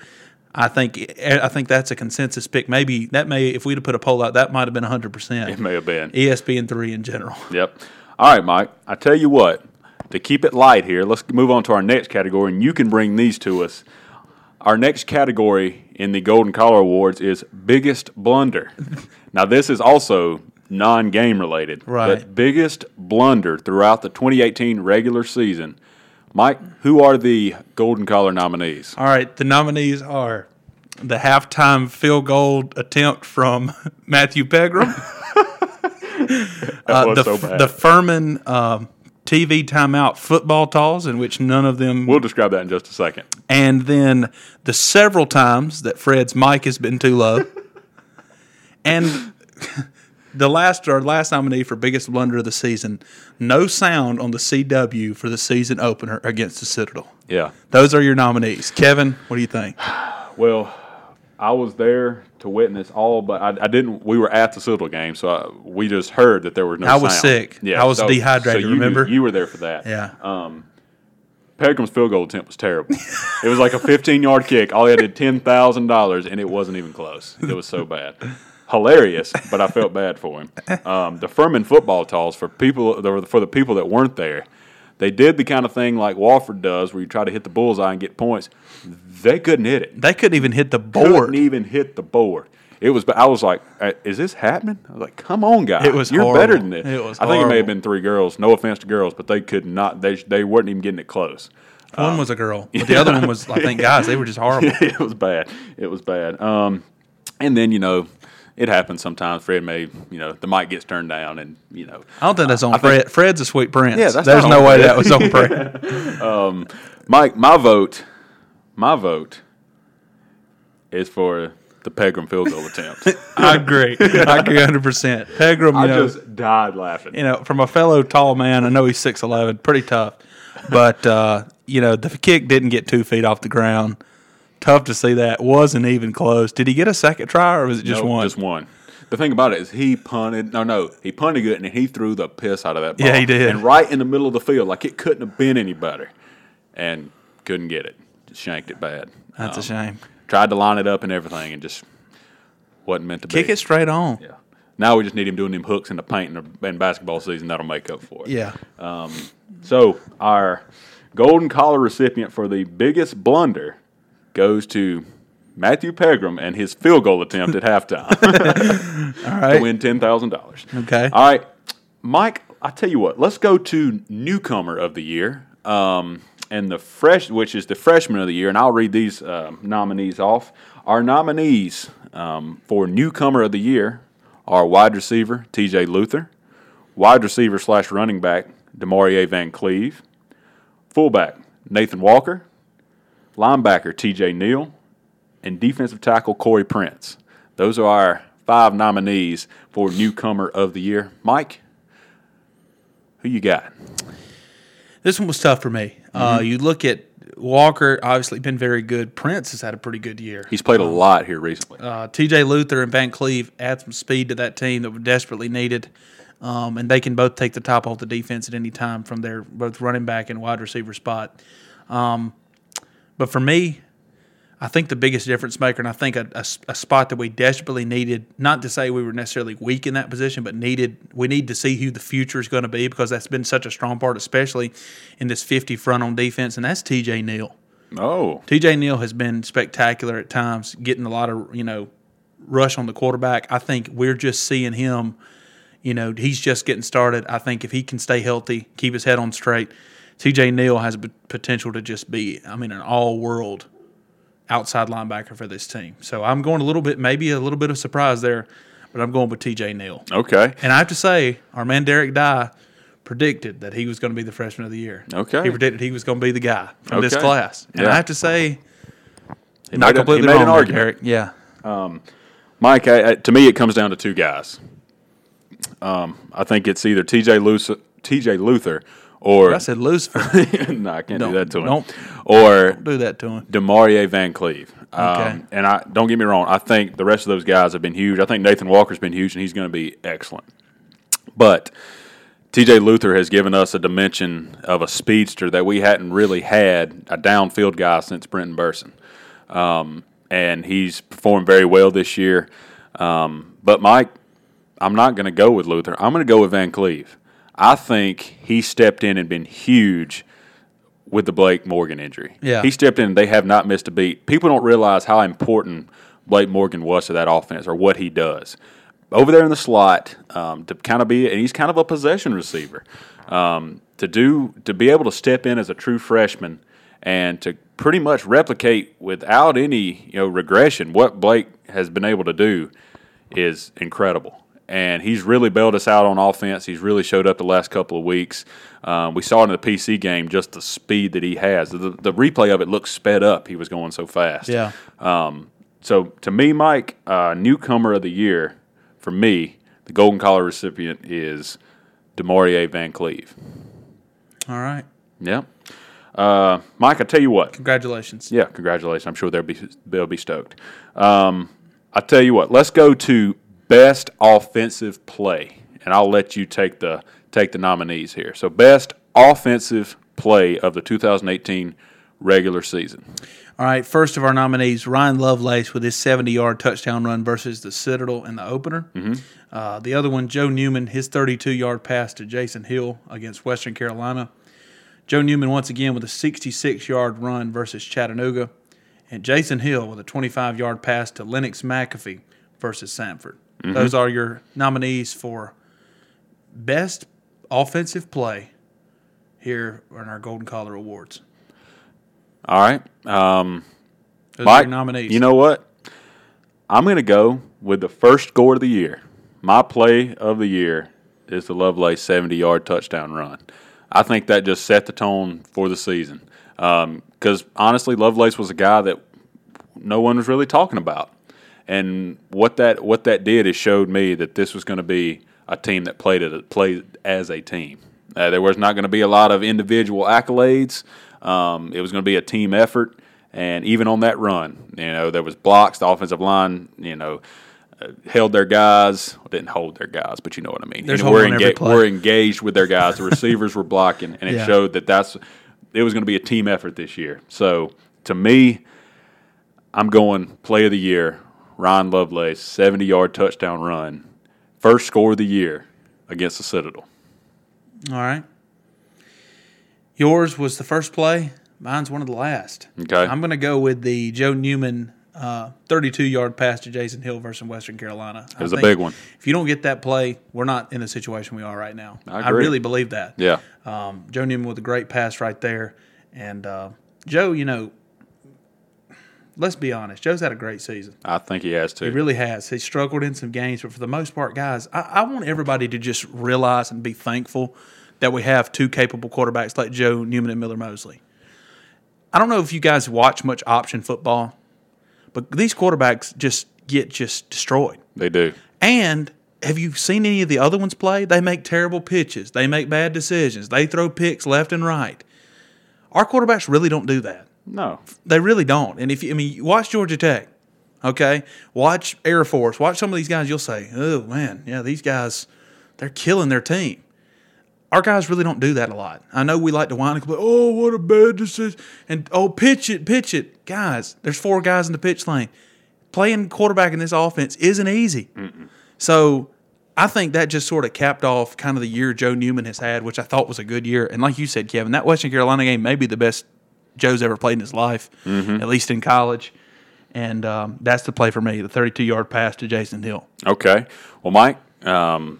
S3: I think eh, I think that's a consensus pick. Maybe that may if we'd have put a poll out, that might have been hundred percent. E
S4: It may have been.
S3: ESPN three in general.
S4: Yep. All right, Mike. I tell you what, to keep it light here, let's move on to our next category, and you can bring these to us. Our next category in the Golden Collar Awards is biggest blunder. now, this is also non-game related,
S3: Right.
S4: But biggest blunder throughout the 2018 regular season. Mike, who are the Golden Collar nominees?
S3: All right, the nominees are the halftime field goal attempt from Matthew Pegram,
S4: That
S3: uh,
S4: was
S3: the,
S4: so
S3: f-
S4: bad.
S3: the Furman um, TV timeout football toss, in which none of them,
S4: we'll describe that in just a second.
S3: and then the several times that Fred's mic has been too low, and the last our last nominee for biggest blunder of the season, no sound on the CW for the season opener against the Citadel.
S4: Yeah.
S3: Those are your nominees, Kevin. What do you think?
S4: Well, I was there to witness all, but I, I didn't. We were at the Citadel game, so I, we just heard that there was no.
S3: I was
S4: sound.
S3: sick. I was dehydrated,
S4: you,
S3: remember?
S4: you were there for that.
S3: Yeah.
S4: Peckham's field goal attempt was terrible. it was like a 15-yard kick. All he had did ten thousand dollars, and it wasn't even close. It was so bad. Hilarious, but I felt bad for him. Um, the Furman football toss for people for the people that weren't there. They did the kind of thing like Wofford does, where you try to hit the bullseye and get points. They couldn't hit it.
S3: They couldn't even hit the
S4: couldn't
S3: board.
S4: even hit the board. It was. I was like, "Uh, "Is this happening?" I was like, "Come on, guys!
S3: It was
S4: You're
S3: horrible.
S4: better than this."
S3: It was
S4: I think it may have
S3: horrible.
S4: been three girls. No offense to girls, but they could not. They they weren't even getting it close.
S3: one was a girl, but the other one was, I think, guys. They were just horrible.
S4: it was bad. It was bad. Um, and then you know, it happens sometimes. Fred may you know the mic gets turned down, and you know,
S3: I don't think that's on
S4: I
S3: Fred.
S4: think-
S3: Fred's a sweet prince.
S4: Yeah, that's
S3: There's
S4: not
S3: no
S4: on
S3: way
S4: Fred.
S3: that was on Fred.
S4: Mike, my vote, my vote is for the Pegram field goal attempt.
S3: I agree. I agree 100. percent Pegram, you
S4: I
S3: know,
S4: just died laughing.
S3: you know, from a fellow tall man, I know he's six eleven, pretty tough, but uh, you know, the kick didn't get two feet off the ground. Tough to see that. Wasn't even close. Did he get a second try or was it just
S4: Nope,
S3: one?
S4: Just one. The thing about it is he punted. No, no, he punted good, and he threw the piss out of that ball.
S3: Yeah, he did.
S4: And right in the middle of the field, like it couldn't have been any better, and couldn't get it. Just shanked it bad.
S3: that's a
S4: Um,
S3: shame.
S4: Tried to line it up and everything, and just wasn't meant to
S3: Kick
S4: be.
S3: it straight on.
S4: Yeah. Now we just need him doing them hooks in the paint in, the, in basketball season. That'll make up for it.
S3: yeah.
S4: So our Golden Collar recipient for the biggest blunder goes to Matthew Pegram and his field goal attempt at halftime.
S3: All
S4: to
S3: right.
S4: win ten thousand dollars.
S3: Okay.
S4: All right, Mike. I tell you what. Let's go to newcomer of the year, um, and the fresh, which is the freshman of the year. And I'll read these um nominees off. Our nominees um, for newcomer of the year are wide receiver T.J. Luther, wide receiver slash running back Demarie Van Cleve, fullback Nathan Walker, linebacker T.J. Neal, and defensive tackle Corey Prince. Those are our five nominees for newcomer of the year. Mike, who you got?
S3: This one was tough for me. Uh, you look at Walker, obviously been very good. Prince has had a pretty good year.
S4: He's played a lot here recently.
S3: Uh, TJ Luther and Van Cleve add some speed to that team that were desperately needed. Um, and they can both take the top off the defense at any time from their both running back and wide receiver spot. Um, But for me, I think the biggest difference maker, and I think a, a s- a spot that we desperately needed, not to say we were necessarily weak in that position, but needed, we need to see who the future is going to be because that's been such a strong part, especially in this 50 front on defense, and that's TJ Neal.
S4: Oh,
S3: TJ Neal has been spectacular at times, getting a lot of, you know, rush on the quarterback. I think we're just seeing him, you know, he's just getting started. I think if he can stay healthy, keep his head on straight, TJ Neal has p- potential to just be, I mean, an all world outside linebacker for this team. So I'm going a little bit, maybe a little bit of surprise there, but I'm going with TJ Neal.
S4: okay.
S3: And I have to say, our man Derek Dye predicted that he was going to be the freshman of the year.
S4: Okay.
S3: He predicted he was going to be the guy from this
S4: Okay.
S3: class. And
S4: Yeah.
S3: I have to say, He made a-
S4: Not
S3: he
S4: completely
S3: made
S4: wrong
S3: an
S4: there,
S3: argument. Yeah,
S4: Mike, I, I, to me, it comes down to two guys. Um, I think it's either T.J. Luther, T.J. Luther, or
S3: I said Lucifer.
S4: no, I can't do
S3: Don't-
S4: that to him.
S3: don't-
S4: Or
S3: do that to him.
S4: Demarie Van Cleve. Um,
S3: Okay.
S4: And I don't get me wrong. I think the rest of those guys have been huge. I think Nathan Walker's been huge, and he's going to be excellent. But T.J. Luther has given us a dimension of a speedster that we hadn't really had a downfield guy since Brenton Burson, um, and he's performed very well this year. Um, but Mike, I'm not going to go with Luther. I'm going to go with Van Cleve. I think he stepped in and been huge with the Blake Morgan injury.
S3: Yeah.
S4: He stepped in and they have not missed a beat. People don't realize how important Blake Morgan was to that offense or what he does. Over there in the slot, um, to kind of be, and he's kind of a possession receiver. Um, to do, to be able to step in as a true freshman and to pretty much replicate without any you know regression what Blake has been able to do is incredible. And he's really bailed us out on offense. He's really showed up the last couple of weeks. Um, we saw it in the PC game just the speed that he has. The, the replay of it looks sped up. He was going so fast.
S3: Yeah.
S4: Um, so to me, Mike, uh, newcomer of the year for me, the Golden Collar recipient is Demarie Van Cleve.
S3: All right.
S4: Yeah. Uh, Mike, I tell you what.
S3: Congratulations.
S4: Yeah, congratulations. I'm sure they'll be they'll be stoked. Um, I tell you what, let's go to best offensive play, and I'll let you take the take the nominees here. So, best offensive play of the 2018 regular season.
S3: All right, first of our nominees, Ryan Lovelace with his 70 yard touchdown run versus the Citadel in the opener.
S4: Mm-hmm.
S3: Uh, the other one, Joe Newman, his 32 yard pass to Jason Hill against Western Carolina. Joe Newman, once again, with a 66 yard run versus Chattanooga. And Jason Hill with a 25 yard pass to Lennox McAfee versus Sanford.
S4: Mm-hmm.
S3: Those are your nominees for best offensive play here in our Golden Collar Awards.
S4: All right, um,
S3: Those are
S4: Mike.
S3: your nominees.
S4: You know what? I'm going to go with the first score of the year. My play of the year is the Lovelace 70 yard touchdown run. I think that just set the tone for the season. Because honestly, Lovelace was a guy that no one was really talking about. And what that what that did is showed me that this was going to be a team that played it played as a team. Uh, there was not going to be a lot of individual accolades. Um, it was going to be a team effort. And even on that run, you know, there was blocks. The offensive line, you know, uh, held their guys. Well, didn't hold their guys, but you know what I mean.
S3: There's
S4: And
S3: hold
S4: we're,
S3: on every
S4: enga-
S3: play.
S4: we're engaged with their guys. The receivers were blocking, and it
S3: Yeah.
S4: showed that that's it was going to be a team effort this year. So to me, I'm going play of the year, Ryan Lovelace, 70 yard touchdown run, first score of the year against the Citadel.
S3: All right. Yours was the first play. Mine's one of the last.
S4: Okay.
S3: I'm going to go with the Joe Newman 32 yard pass to Jason Hill versus Western Carolina. It
S4: was a big one.
S3: If you don't get that play, we're not in the situation we are right now.
S4: I
S3: I
S4: agree.
S3: really believe that.
S4: Yeah.
S3: Um, Joe Newman with a great pass right there. And uh, Joe, you know, let's be honest, Joe's had a great season.
S4: I think he has to.
S3: He really has. He struggled in some games, but for the most part, guys, I, I want everybody to just realize and be thankful that we have two capable quarterbacks like Joe Newman and Miller Mosley. I don't know if you guys watch much option football, but these quarterbacks just get just destroyed.
S4: they do.
S3: And have you seen any of the other ones play? They make terrible pitches. They make bad decisions. They throw picks left and right. Our quarterbacks really don't do that.
S4: No.
S3: They really don't. And if you, I mean, you watch Georgia Tech, okay? Watch Air Force. Watch some of these guys. You'll say, oh man, yeah, these guys, they're killing their team. Our guys really don't do that a lot. I know we like to whine and complain, oh, what a bad decision. And oh, pitch it, pitch it. Guys, there's four guys in the pitch lane. Playing quarterback in this offense isn't easy. So I think that just sort of capped off kind of the year Joe Newman has had, which I thought was a good year. And like you said, Kevin, that Western Carolina game may be the best Joe's ever played in his life, at least in college. And um, that's the play for me, the 32 yard pass to Jason Hill.
S4: Okay. Well, Mike, um,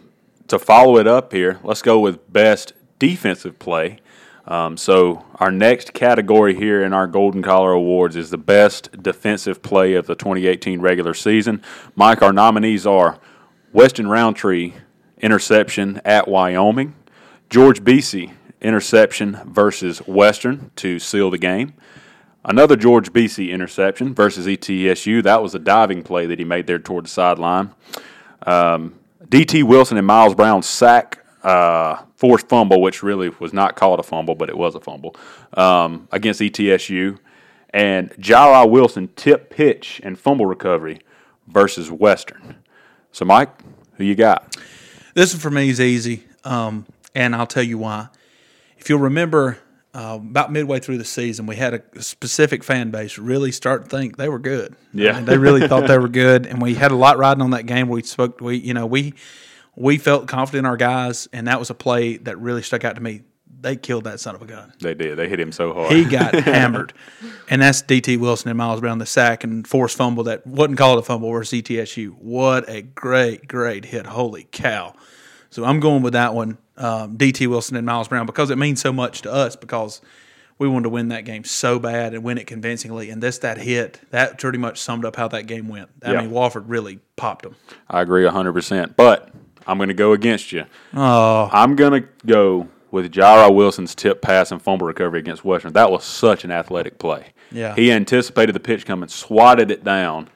S4: to follow it up here, let's go with best defensive play. Um, so, our next category here in our Golden Collar Awards is the best defensive play of the 2018 regular season. Mike, our nominees are Weston Roundtree, interception at Wyoming, George Beesey, interception versus Western to seal the game. Another George BC interception versus E ETSU. That was a diving play that he made there toward the sideline. Um, DT Wilson and Miles Brown's sack uh, forced fumble, which really was not called a fumble, but it was a fumble um, against ETSU. And Jari Wilson tip pitch and fumble recovery versus Western. So, Mike, who you got?
S3: This one for me is easy, um, and I'll tell you why. If you'll remember, uh, about midway through the season, we had a specific fan base really start to think they were good.
S4: Yeah.
S3: I mean, they really thought they were good, and we had a lot riding on that game. We spoke, we you know we we felt confident in our guys, and that was a play that really stuck out to me. They killed that son of a gun.
S4: They did. They hit him so hard.
S3: He got hammered. And that's DT Wilson and Miles Brown, the sack and forced fumble that wasn't called a fumble E versus ETSU. What a great, great hit. Holy cow. So I'm going with that one, um, DT Wilson and Miles Brown, because it means so much to us because we wanted to win that game so bad and win it convincingly. And this, that hit, that pretty much summed up how that game went. I
S4: Yeah.
S3: mean, Wofford really popped them.
S4: I agree 100%. But I'm going to go against you.
S3: Oh,
S4: I'm going to go with Jairo Wilson's tip pass and fumble recovery against Western. That was such an athletic play.
S3: Yeah.
S4: He anticipated the pitch coming, swatted it down.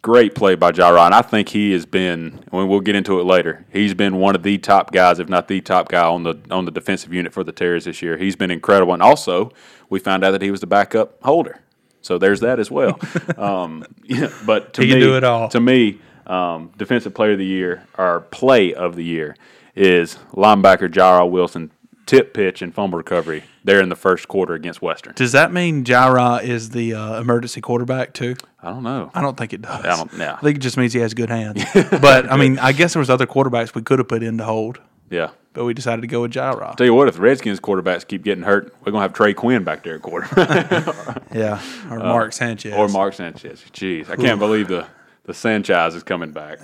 S4: Great play by Jairo. And I think he has been, and we'll get into it later, he's been one of the top guys, if not the top guy on the on the defensive unit for the Terriers this year. He's been incredible. And also, we found out that he was the backup holder. So there's that as well. um, yeah, but to
S3: He
S4: me,
S3: can do it all.
S4: To to me, um, defensive player of the year or play of the year is linebacker Jairo Wilson tip pitch and fumble recovery there in the first quarter against Western.
S3: does that mean Jaira is the uh, emergency quarterback too?
S4: I don't know.
S3: I don't think it does.
S4: I don't- yeah.
S3: I think it just means he has good hands. but I mean, I guess there was other quarterbacks we could have put in to hold,
S4: Yeah.
S3: but we decided to go with Jairo.
S4: Tell you what, if the Redskins quarterbacks keep getting hurt, we're gonna have Trey Quinn back there at quarterback
S3: Yeah, or Mark Sanchez.
S4: Uh, or Mark Sanchez. Jeez, I can't believe the the Sanchez is coming back.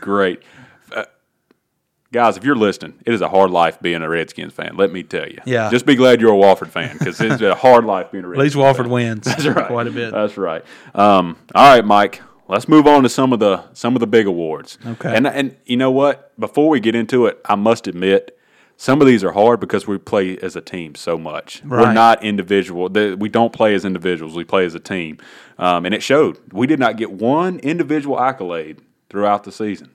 S4: Great. Uh, Guys, if you're listening, it is a hard life being a Redskins fan. Let me tell you.
S3: Yeah.
S4: Just be glad you're a Walford fan because it's a hard life being a
S3: At least
S4: Redskins
S3: Walford
S4: fan.
S3: wins
S4: That's right. Uh,
S3: quite a bit.
S4: That's right. Um, all right, Mike. Let's move on to some of the some of the big awards.
S3: Okay.
S4: And and you know what? Before we get into it, I must admit some of these are hard because we play as a team so much. We're
S3: Right.
S4: not individual. the- We don't play as individuals. We play as a team, um, and it showed. We did not get one individual accolade throughout the season,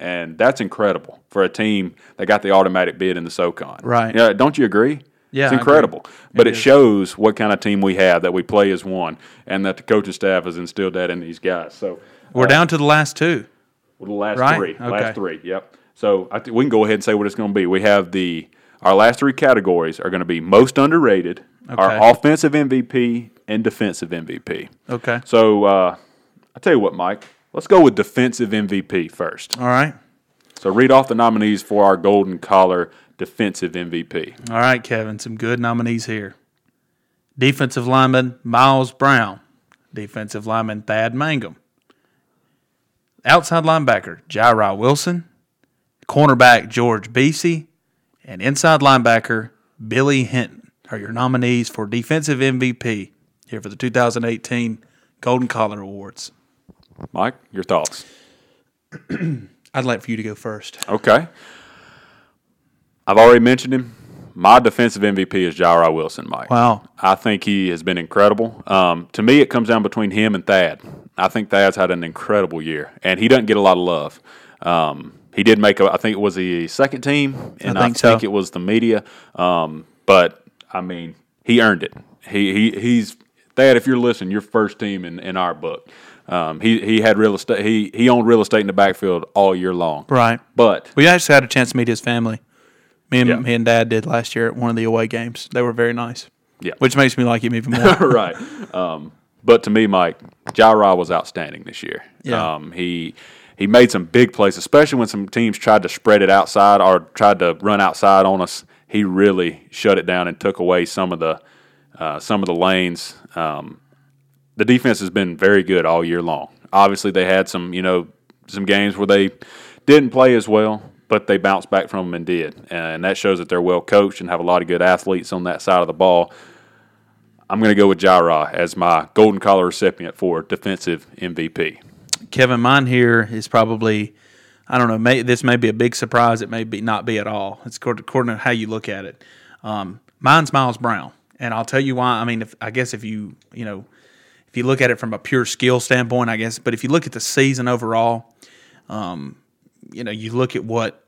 S4: and that's incredible for a team that got the automatic bid in the SoCon.
S3: Right.
S4: Yeah. Don't you agree?
S3: Yeah,
S4: It's
S3: I agree.
S4: incredible. But it, shows what kind of team we have that we play as one, and that the coaching staff has instilled that in these guys. So
S3: We're down to the last two.
S4: well, the last
S3: Right?
S4: three,
S3: Okay.
S4: last three. Yep. So I th- we can go ahead and say what it's going to be. We have the our last three categories are going to be most underrated,
S3: Okay.
S4: our offensive MVP, and defensive MVP.
S3: Okay.
S4: So uh, I tell you what, Mike. Let's go with defensive MVP first.
S3: All right.
S4: So read off the nominees for our Golden Collar defensive MVP.
S3: All right, Kevin. Some good nominees here. Defensive lineman Miles Brown. Defensive lineman Thad Mangum. Outside linebacker Jairo Wilson. Cornerback George Beasy. And inside linebacker Billy Hinton are your nominees for defensive MVP here for the 2018 Golden Collar Awards.
S4: Mike, your thoughts?
S3: I'd like for you to go first.
S4: Okay. I've already mentioned him. My defensive MVP is Jairo Wilson, Mike.
S3: Wow.
S4: I think he has been incredible. Um, to me, it comes down between him and Thad. I think Thad's had an incredible year, and he doesn't get a lot of love. Um, he did make, a, I think it was the second team, and I
S3: think
S4: think,
S3: so.
S4: it was the media. Um, but I mean, he earned it. He, he he's Thad. If you're listening, you're first team in, in our book. Um, he he had real estate. He he owned real estate in the backfield all year long.
S3: Right.
S4: But
S3: We actually had a chance to meet his family. Me and
S4: Yeah.
S3: me and Dad did last year at one of the away games. They were very nice.
S4: Yeah.
S3: which makes me like him even more.
S4: right. Um, but to me, Mike, Jaira was outstanding this year.
S3: Yeah.
S4: Um, he he made some big plays, especially when some teams tried to spread it outside or tried to run outside on us. He really shut it down and took away some of the uh, some of the lanes. Um, the defense has been very good all year long. Obviously, they had some you know some games where they didn't play as well, but they bounced back from them and did, and that shows that they're well coached and have a lot of good athletes on that side of the ball. I'm going to go with Jaira as my Golden Collar recipient for defensive MVP.
S3: Kevin, mine here is probably I don't know. May, this may be a big surprise. It may be not be at all. It's according, according to how you look at it. Um, mine's Miles Brown, and I'll tell you why. I mean, if, I guess if you you know if you look at it from a pure skill standpoint, I guess, but if you look at the season overall, um, you know, you look at what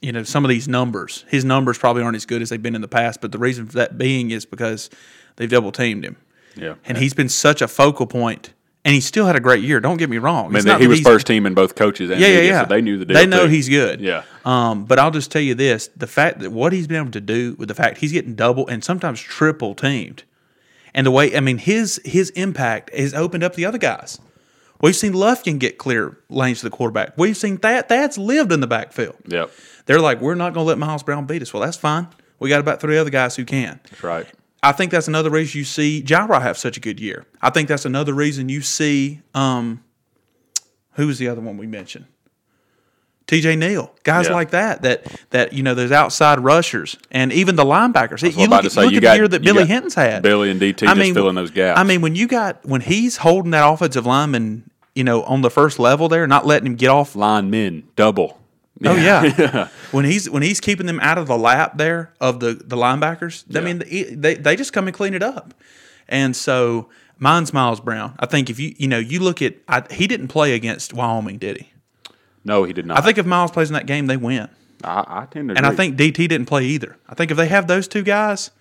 S3: you know some of these numbers. His numbers probably aren't as good as they've been in the past, but the reason for that being is because they've double teamed him,
S4: Yeah.
S3: and he's been such a focal point, And he still had a great year. Don't get me wrong.
S4: I mean, he was first team in both coaches and
S3: Yeah, yeah,
S4: media,
S3: yeah.
S4: so they knew the deal.
S3: They know
S4: too.
S3: he's good.
S4: Yeah.
S3: Um, but I'll just tell you this: the fact that what he's been able to do with the fact he's getting double and sometimes triple teamed, and the way I mean his his impact has opened up the other guys. We've seen Lufkin get clear lanes to the quarterback. We've seen that that's lived in the backfield.
S4: Yep.
S3: They're like, we're not going to let Miles Brown beat us. Well, that's fine. We got about three other guys who can.
S4: That's right.
S3: I think that's another reason you see Jira have such a good year. I think that's another reason you see um, who was the other one we mentioned? TJ Neal, guys
S4: Yeah.
S3: like that, that that you know those outside rushers, and even the linebackers. You
S4: what I'm
S3: look,
S4: about
S3: at-
S4: to say,
S3: look
S4: you
S3: at
S4: got-
S3: the year that
S4: you
S3: Billy
S4: got
S3: Hinton's had.
S4: Billy and DT just filling those gaps.
S3: I mean, when you got when he's holding that offensive lineman, you know, on the first level there, not letting him get off
S4: Line men double.
S3: Oh yeah. When he's when he's keeping them out of the lap there of the the linebackers, I mean the- they they just come and clean it up. And so mine's Miles Brown. I think if you you know you look at I, he didn't play against Wyoming, did he?
S4: No, he did not.
S3: I think if Miles plays in that game, they win.
S4: I, I tend to
S3: And I
S4: agree.
S3: think DT didn't play either. I think if they have those two guys,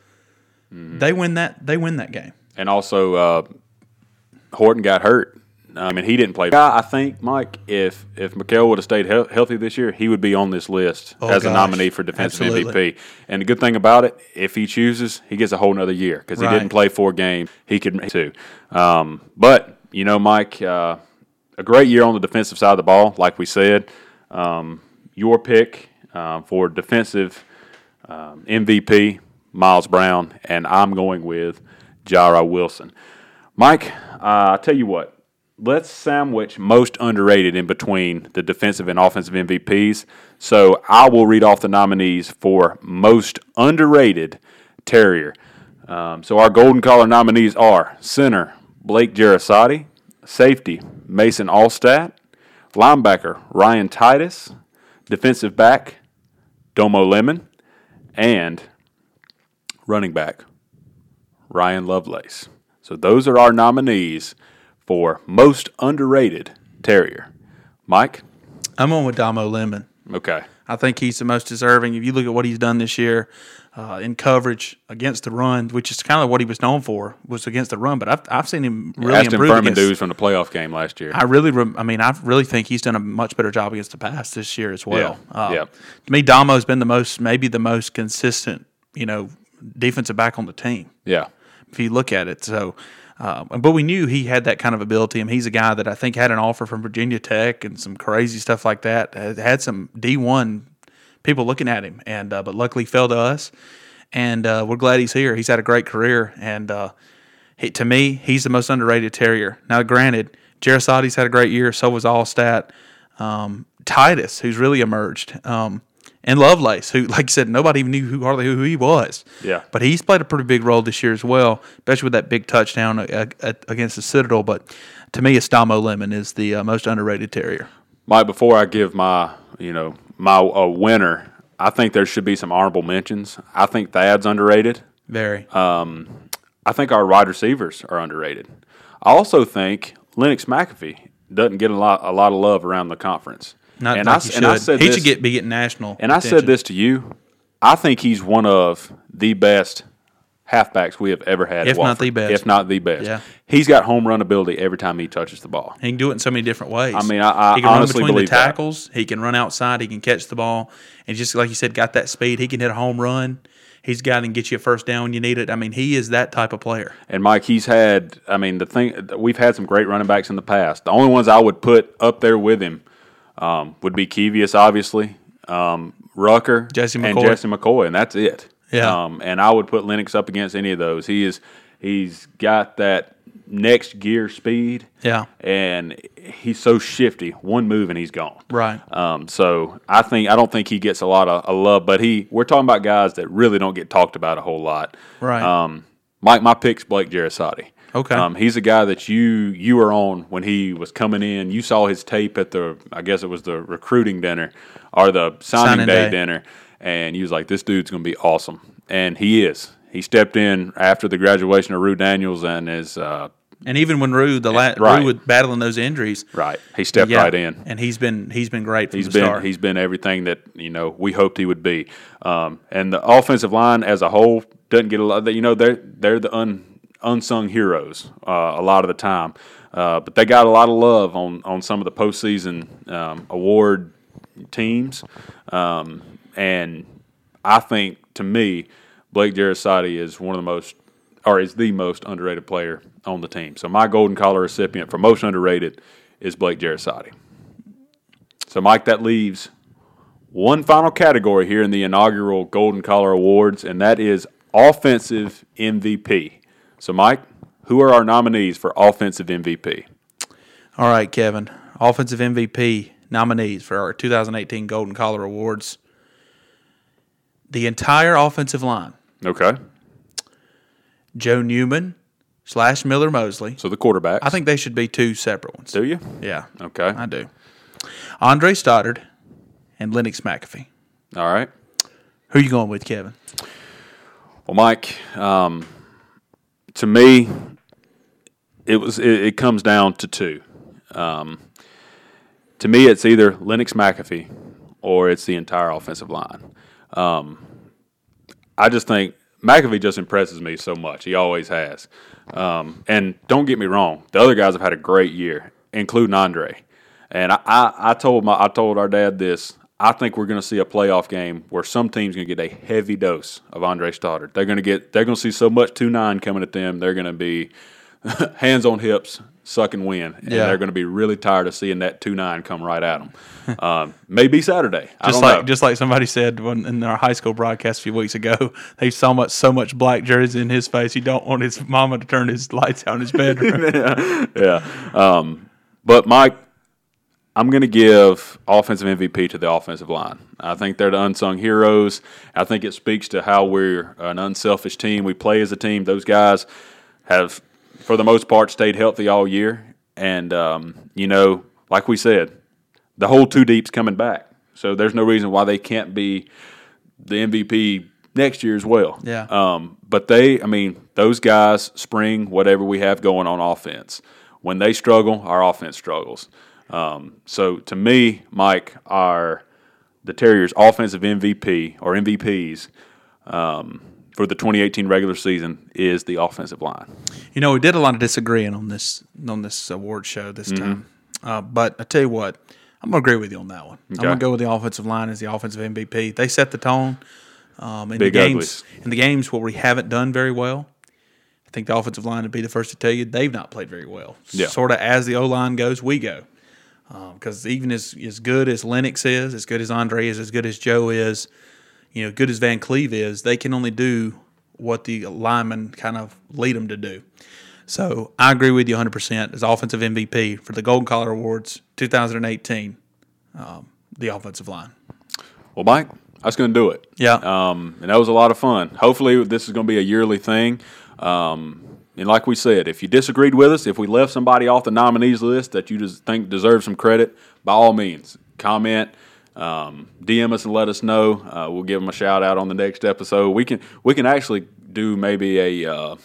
S3: they win that they win that game.
S4: And also, uh, Horton got hurt. I mean, he didn't play. I think Mike, if if McHale would have stayed hel- healthy this year, he would be on this list as a
S3: Oh, gosh.
S4: nominee for defensive
S3: Absolutely.
S4: MVP. And the good thing about it, if he chooses, he gets a whole nother year because
S3: Right.
S4: he didn't play four games. He could make two. Um, but you know, Mike, uh, a great year on the defensive side of the ball, like we said. Um, your pick um, for defensive um, MVP, Miles Brown, and I'm going with Jara Wilson. Mike, uh, I'll tell you what. Let's sandwich most underrated in between the defensive and offensive MVPs. So I will read off the nominees for most underrated Terrier. Um, so our Golden Collar nominees are center Blake Gerasati, safety Mason Allstat, linebacker Ryan Titus, defensive back Domo Lemon, and running back Ryan Lovelace. So those are our nominees for most underrated terrier. Mike,
S3: I'm on with Damo Lemon.
S4: okay,
S3: I think he's the most deserving. If you look at what he's done this year uh, in coverage against the run, which is kind of what he was known for, was against the run. But I've, I've seen him really
S4: Aston
S3: improve.
S4: Furman
S3: Against,
S4: dudes from the playoff game last year.
S3: I really, rem- I mean, I really think he's done a much better job against the pass this year as well.
S4: Yeah,
S3: Uh,
S4: yeah.
S3: To me, Damo's been the most, maybe the most consistent, you know, defensive back on the team
S4: yeah,
S3: if you look at it. So, uh, but we knew he had that kind of ability, and he's a guy that I think had an offer from Virginia Tech and some crazy stuff like that. Had had some D one people looking at him, and uh, but luckily fell to us, and uh, we're glad he's here. He's had a great career, and uh, he, to me, he's the most underrated terrier. Now, granted, Gerasati's had a great year, so was Allstat. Um, Titus, who's really emerged, um, and Lovelace, who, like I said, nobody even knew who hardly who he was.
S4: Yeah.
S3: but he's played a pretty big role this year as well, especially with that big touchdown uh, uh, against the Citadel. But to me, Estamo Lemon is the uh, most underrated terrier.
S4: Mike. Before I give my, you know, my uh, winner, I think there should be some honorable mentions. I think Thad's underrated.
S3: Very.
S4: I think our wide receivers are underrated. I also think Lennox McAfee doesn't get a lot a lot of love around the conference.
S3: Not
S4: and
S3: like
S4: I,
S3: he
S4: s-
S3: should.
S4: and I said
S3: he
S4: this,
S3: should get be getting national.
S4: And I said
S3: attention.
S4: this to you. I think he's one of the best halfbacks we have ever had. at
S3: If not
S4: Wofford,
S3: the best.
S4: If not the best.
S3: Yeah.
S4: He's got home run ability every time he touches the ball.
S3: He can do it in so many different ways. I
S4: mean, I- I
S3: he can
S4: honestly
S3: run between
S4: believe
S3: the
S4: that.
S3: tackles. He can run outside. He can catch the ball, and just like you said, got that speed. He can hit a home run. He's got and get you a first down when you need it. I mean, he is that type of player.
S4: And Mike, he's had. I mean, the thing we've had some great running backs in the past. The only ones I would put up there with him um, would be Kevious, obviously, um, Rucker,
S3: Jesse
S4: and
S3: McCoy.
S4: Jesse McCoy, and that's it.
S3: Yeah.
S4: Um, and I would put Lennox up against any of those. He is. He's got that next gear speed.
S3: Yeah.
S4: And he's so shifty. One move and he's gone.
S3: Right.
S4: Um, so I think I don't think he gets a lot of, of love, but he we're talking about guys that really don't get talked about a whole lot.
S3: Right.
S4: Um, Mike, my pick's Blake Gerasati.
S3: Okay.
S4: Um, he's a guy that you you were on when he was coming in. You saw his tape at the I guess it was the recruiting dinner or the signing,
S3: Signing
S4: day,
S3: day.
S4: dinner, and you was like, this dude's gonna be awesome, and he is. He stepped in after the graduation of Rue Daniels and is uh,
S3: And even when Rue, the la-
S4: Right.
S3: Rue was battling those injuries,
S4: right. He stepped
S3: yeah,
S4: right in.
S3: and he's been he's been great from
S4: He's
S3: the
S4: been
S3: start.
S4: he's been everything that you know we hoped he would be. Um, and the offensive line as a whole doesn't get a lot. You know they're they're the un, unsung heroes uh, a lot of the time, uh, but they got a lot of love on on some of the postseason um, award teams. Um, and I think to me, Blake Jarasati is one of the most or is the most underrated player on the team. So my Golden Collar recipient for most underrated is Blake Jarasati. So, Mike, that leaves one final category here in the inaugural Golden Collar Awards, and that is offensive MVP. So, Mike, who are our nominees for offensive MVP?
S3: All right, Kevin, offensive MVP nominees for our 2018 Golden Collar Awards. The entire offensive line:
S4: Okay,
S3: Joe Newman slash Miller Mosley.
S4: so the quarterbacks.
S3: I think they should be two separate ones.
S4: Do you?
S3: Yeah,
S4: Okay.
S3: I do. Andre Stoddard and Lennox McAfee.
S4: All right.
S3: Who you going with, Kevin?
S4: Well, Mike, um, to me, it was it, it comes down to two. Um, to me, it's either Lennox McAfee or it's the entire offensive line. Um, I just think McAfee just impresses me so much. He always has. Um, and don't get me wrong, the other guys have had a great year, including Andre. And I, I, I told my I told our dad this. I think we're going to see a playoff game where some team's going to get a heavy dose of Andre Stoddard. They're going to get they're going to see so much two nine coming at them. They're going to be hands on hips, suck and win, and
S3: Yeah.
S4: they're going to be really tired of seeing that two nine come right at them. um, maybe Saturday. I
S3: Just
S4: don't
S3: like
S4: know.
S3: just like somebody said when, in our high school broadcast a few weeks ago, they saw much so much black jerseys in his face. He don't want his mama to turn his lights out in his bedroom.
S4: But Mike, I'm going to give offensive MVP to the offensive line. I think they're the unsung heroes. I think it speaks to how we're an unselfish team. We play as a team. Those guys have, for the most part, stayed healthy all year. And um, you know, like we said, the whole two deep's coming back. So there's no reason why they can't be the MVP next year as well.
S3: Yeah.
S4: Um, but they, I mean, those guys spring whatever we have going on offense. When they struggle, our offense struggles. Um, so to me, Mike, our the Terriers' offensive MVP or MVPs um, for the 2018 regular season is the offensive line.
S3: you know, we did a lot of disagreeing on this on this award show this
S4: Mm-hmm.
S3: time. Uh, but I tell you what, I'm gonna agree with you on that one. I'm
S4: Okay.
S3: gonna go with the offensive line as the offensive MVP. They set the tone. Um, in
S4: Big
S3: the games
S4: uglies.
S3: in the games where we haven't done very well, I think the offensive line would be the first to tell you they've not played very well.
S4: Yeah.
S3: Sort of as the O line goes, we go. Because even as, as good as Lennox is, as good as Andre is, as good as Joe is, you know, good as Van Cleve is, they can only do what the linemen kind of lead them to do. So I agree with you 100% as offensive MVP for the Golden Collar Awards 2018, um, the offensive line.
S4: Well, Mike, that's going to do it.
S3: Yeah.
S4: Um, and that was a lot of fun. Hopefully, this is going to be a yearly thing. Um, and like we said, if you disagreed with us, if we left somebody off the nominees list that you just think deserves some credit, by all means, comment, um, DM us, and let us know. Uh, we'll give them a shout out on the next episode. We can we can actually do maybe a. Uh,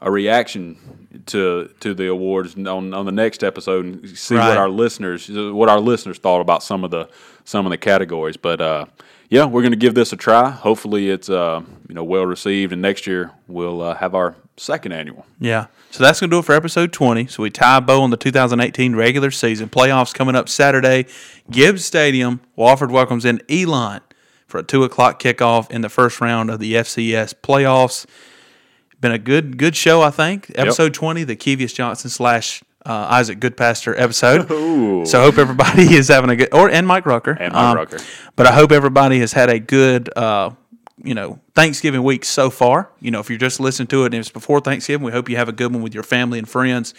S4: a reaction to to the awards on, on the next episode and see
S3: Right.
S4: what our listeners what our listeners thought about some of the some of the categories. But uh, yeah, we're going to give this a try. Hopefully, it's uh, you know well received, and next year we'll uh, have our second annual.
S3: Yeah. So that's going to do it for episode 20. So we tie a bow on the 2018 regular season. Playoffs coming up Saturday. Gibbs Stadium. Wofford welcomes in Elon for a 2 o'clock kickoff in the first round of the FCS playoffs. Been a good good show, I think. Episode 20, the Kevius Johnson slash uh, Isaac Goodpaster episode. So I hope everybody is having a good, or and Mike Rucker. Um,
S4: And Mike Rucker.
S3: But I hope everybody has had a good, uh, you know, Thanksgiving week so far. You know, if you're just listening to it and it's before Thanksgiving, we hope you have a good one with your family and friends.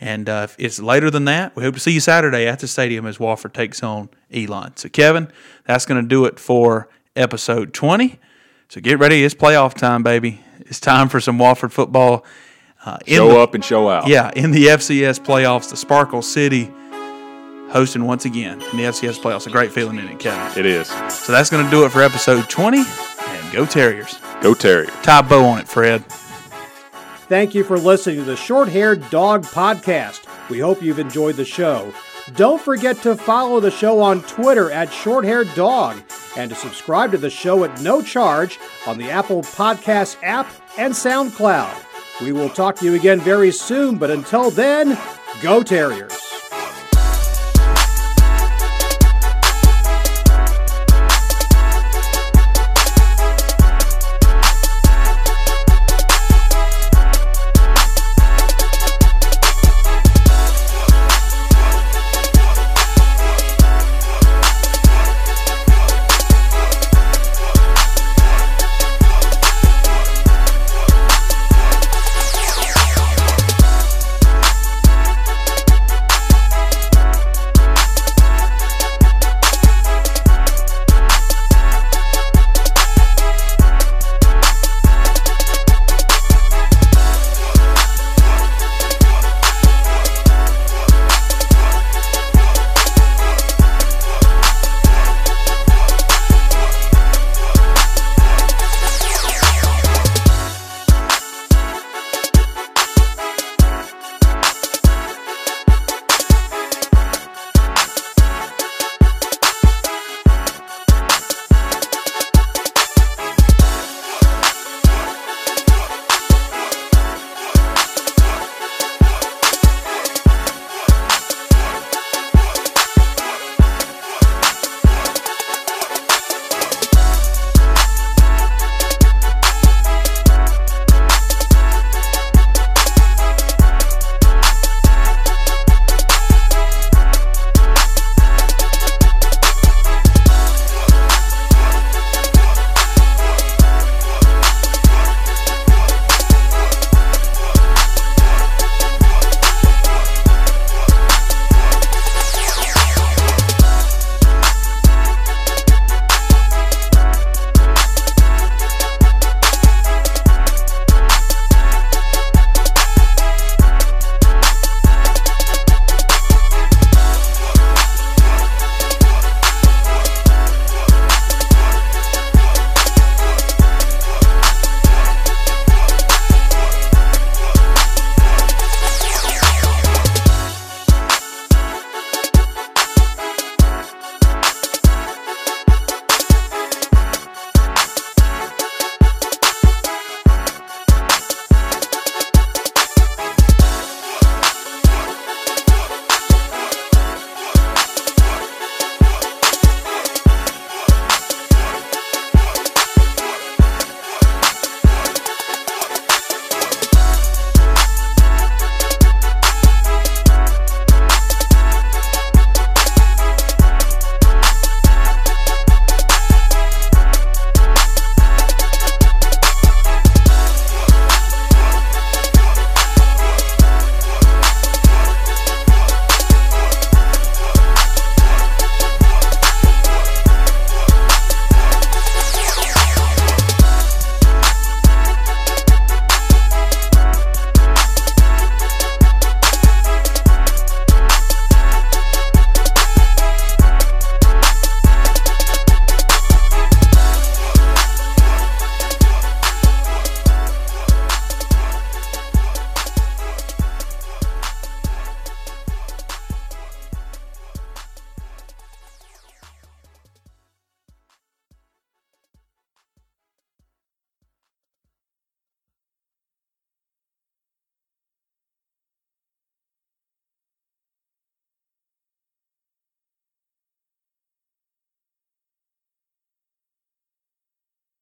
S3: And uh, if it's later than that, we hope to see you Saturday at the stadium as Wofford takes on Elon. So, Kevin, that's going to do it for episode 20. So get ready. It's playoff time, baby. It's time for some Wofford football. Uh, in
S4: Show
S3: the-
S4: up and show out.
S3: yeah, in the FCS playoffs, the Sparkle City hosting once again in the FCS playoffs. A great feeling in it, Kevin.
S4: it is.
S3: So that's going to do it for episode 20, and Go Terriers.
S4: Go Terrier.
S3: Tie a bow on it, Fred.
S2: Thank you for listening to the Short Haired Dog Podcast. We hope you've enjoyed the show. Don't forget to follow the show on Twitter at Short Haired Dog and to subscribe to the show at no charge on the Apple Podcast app and SoundCloud. We will talk to you again very soon, but until then, go Terriers.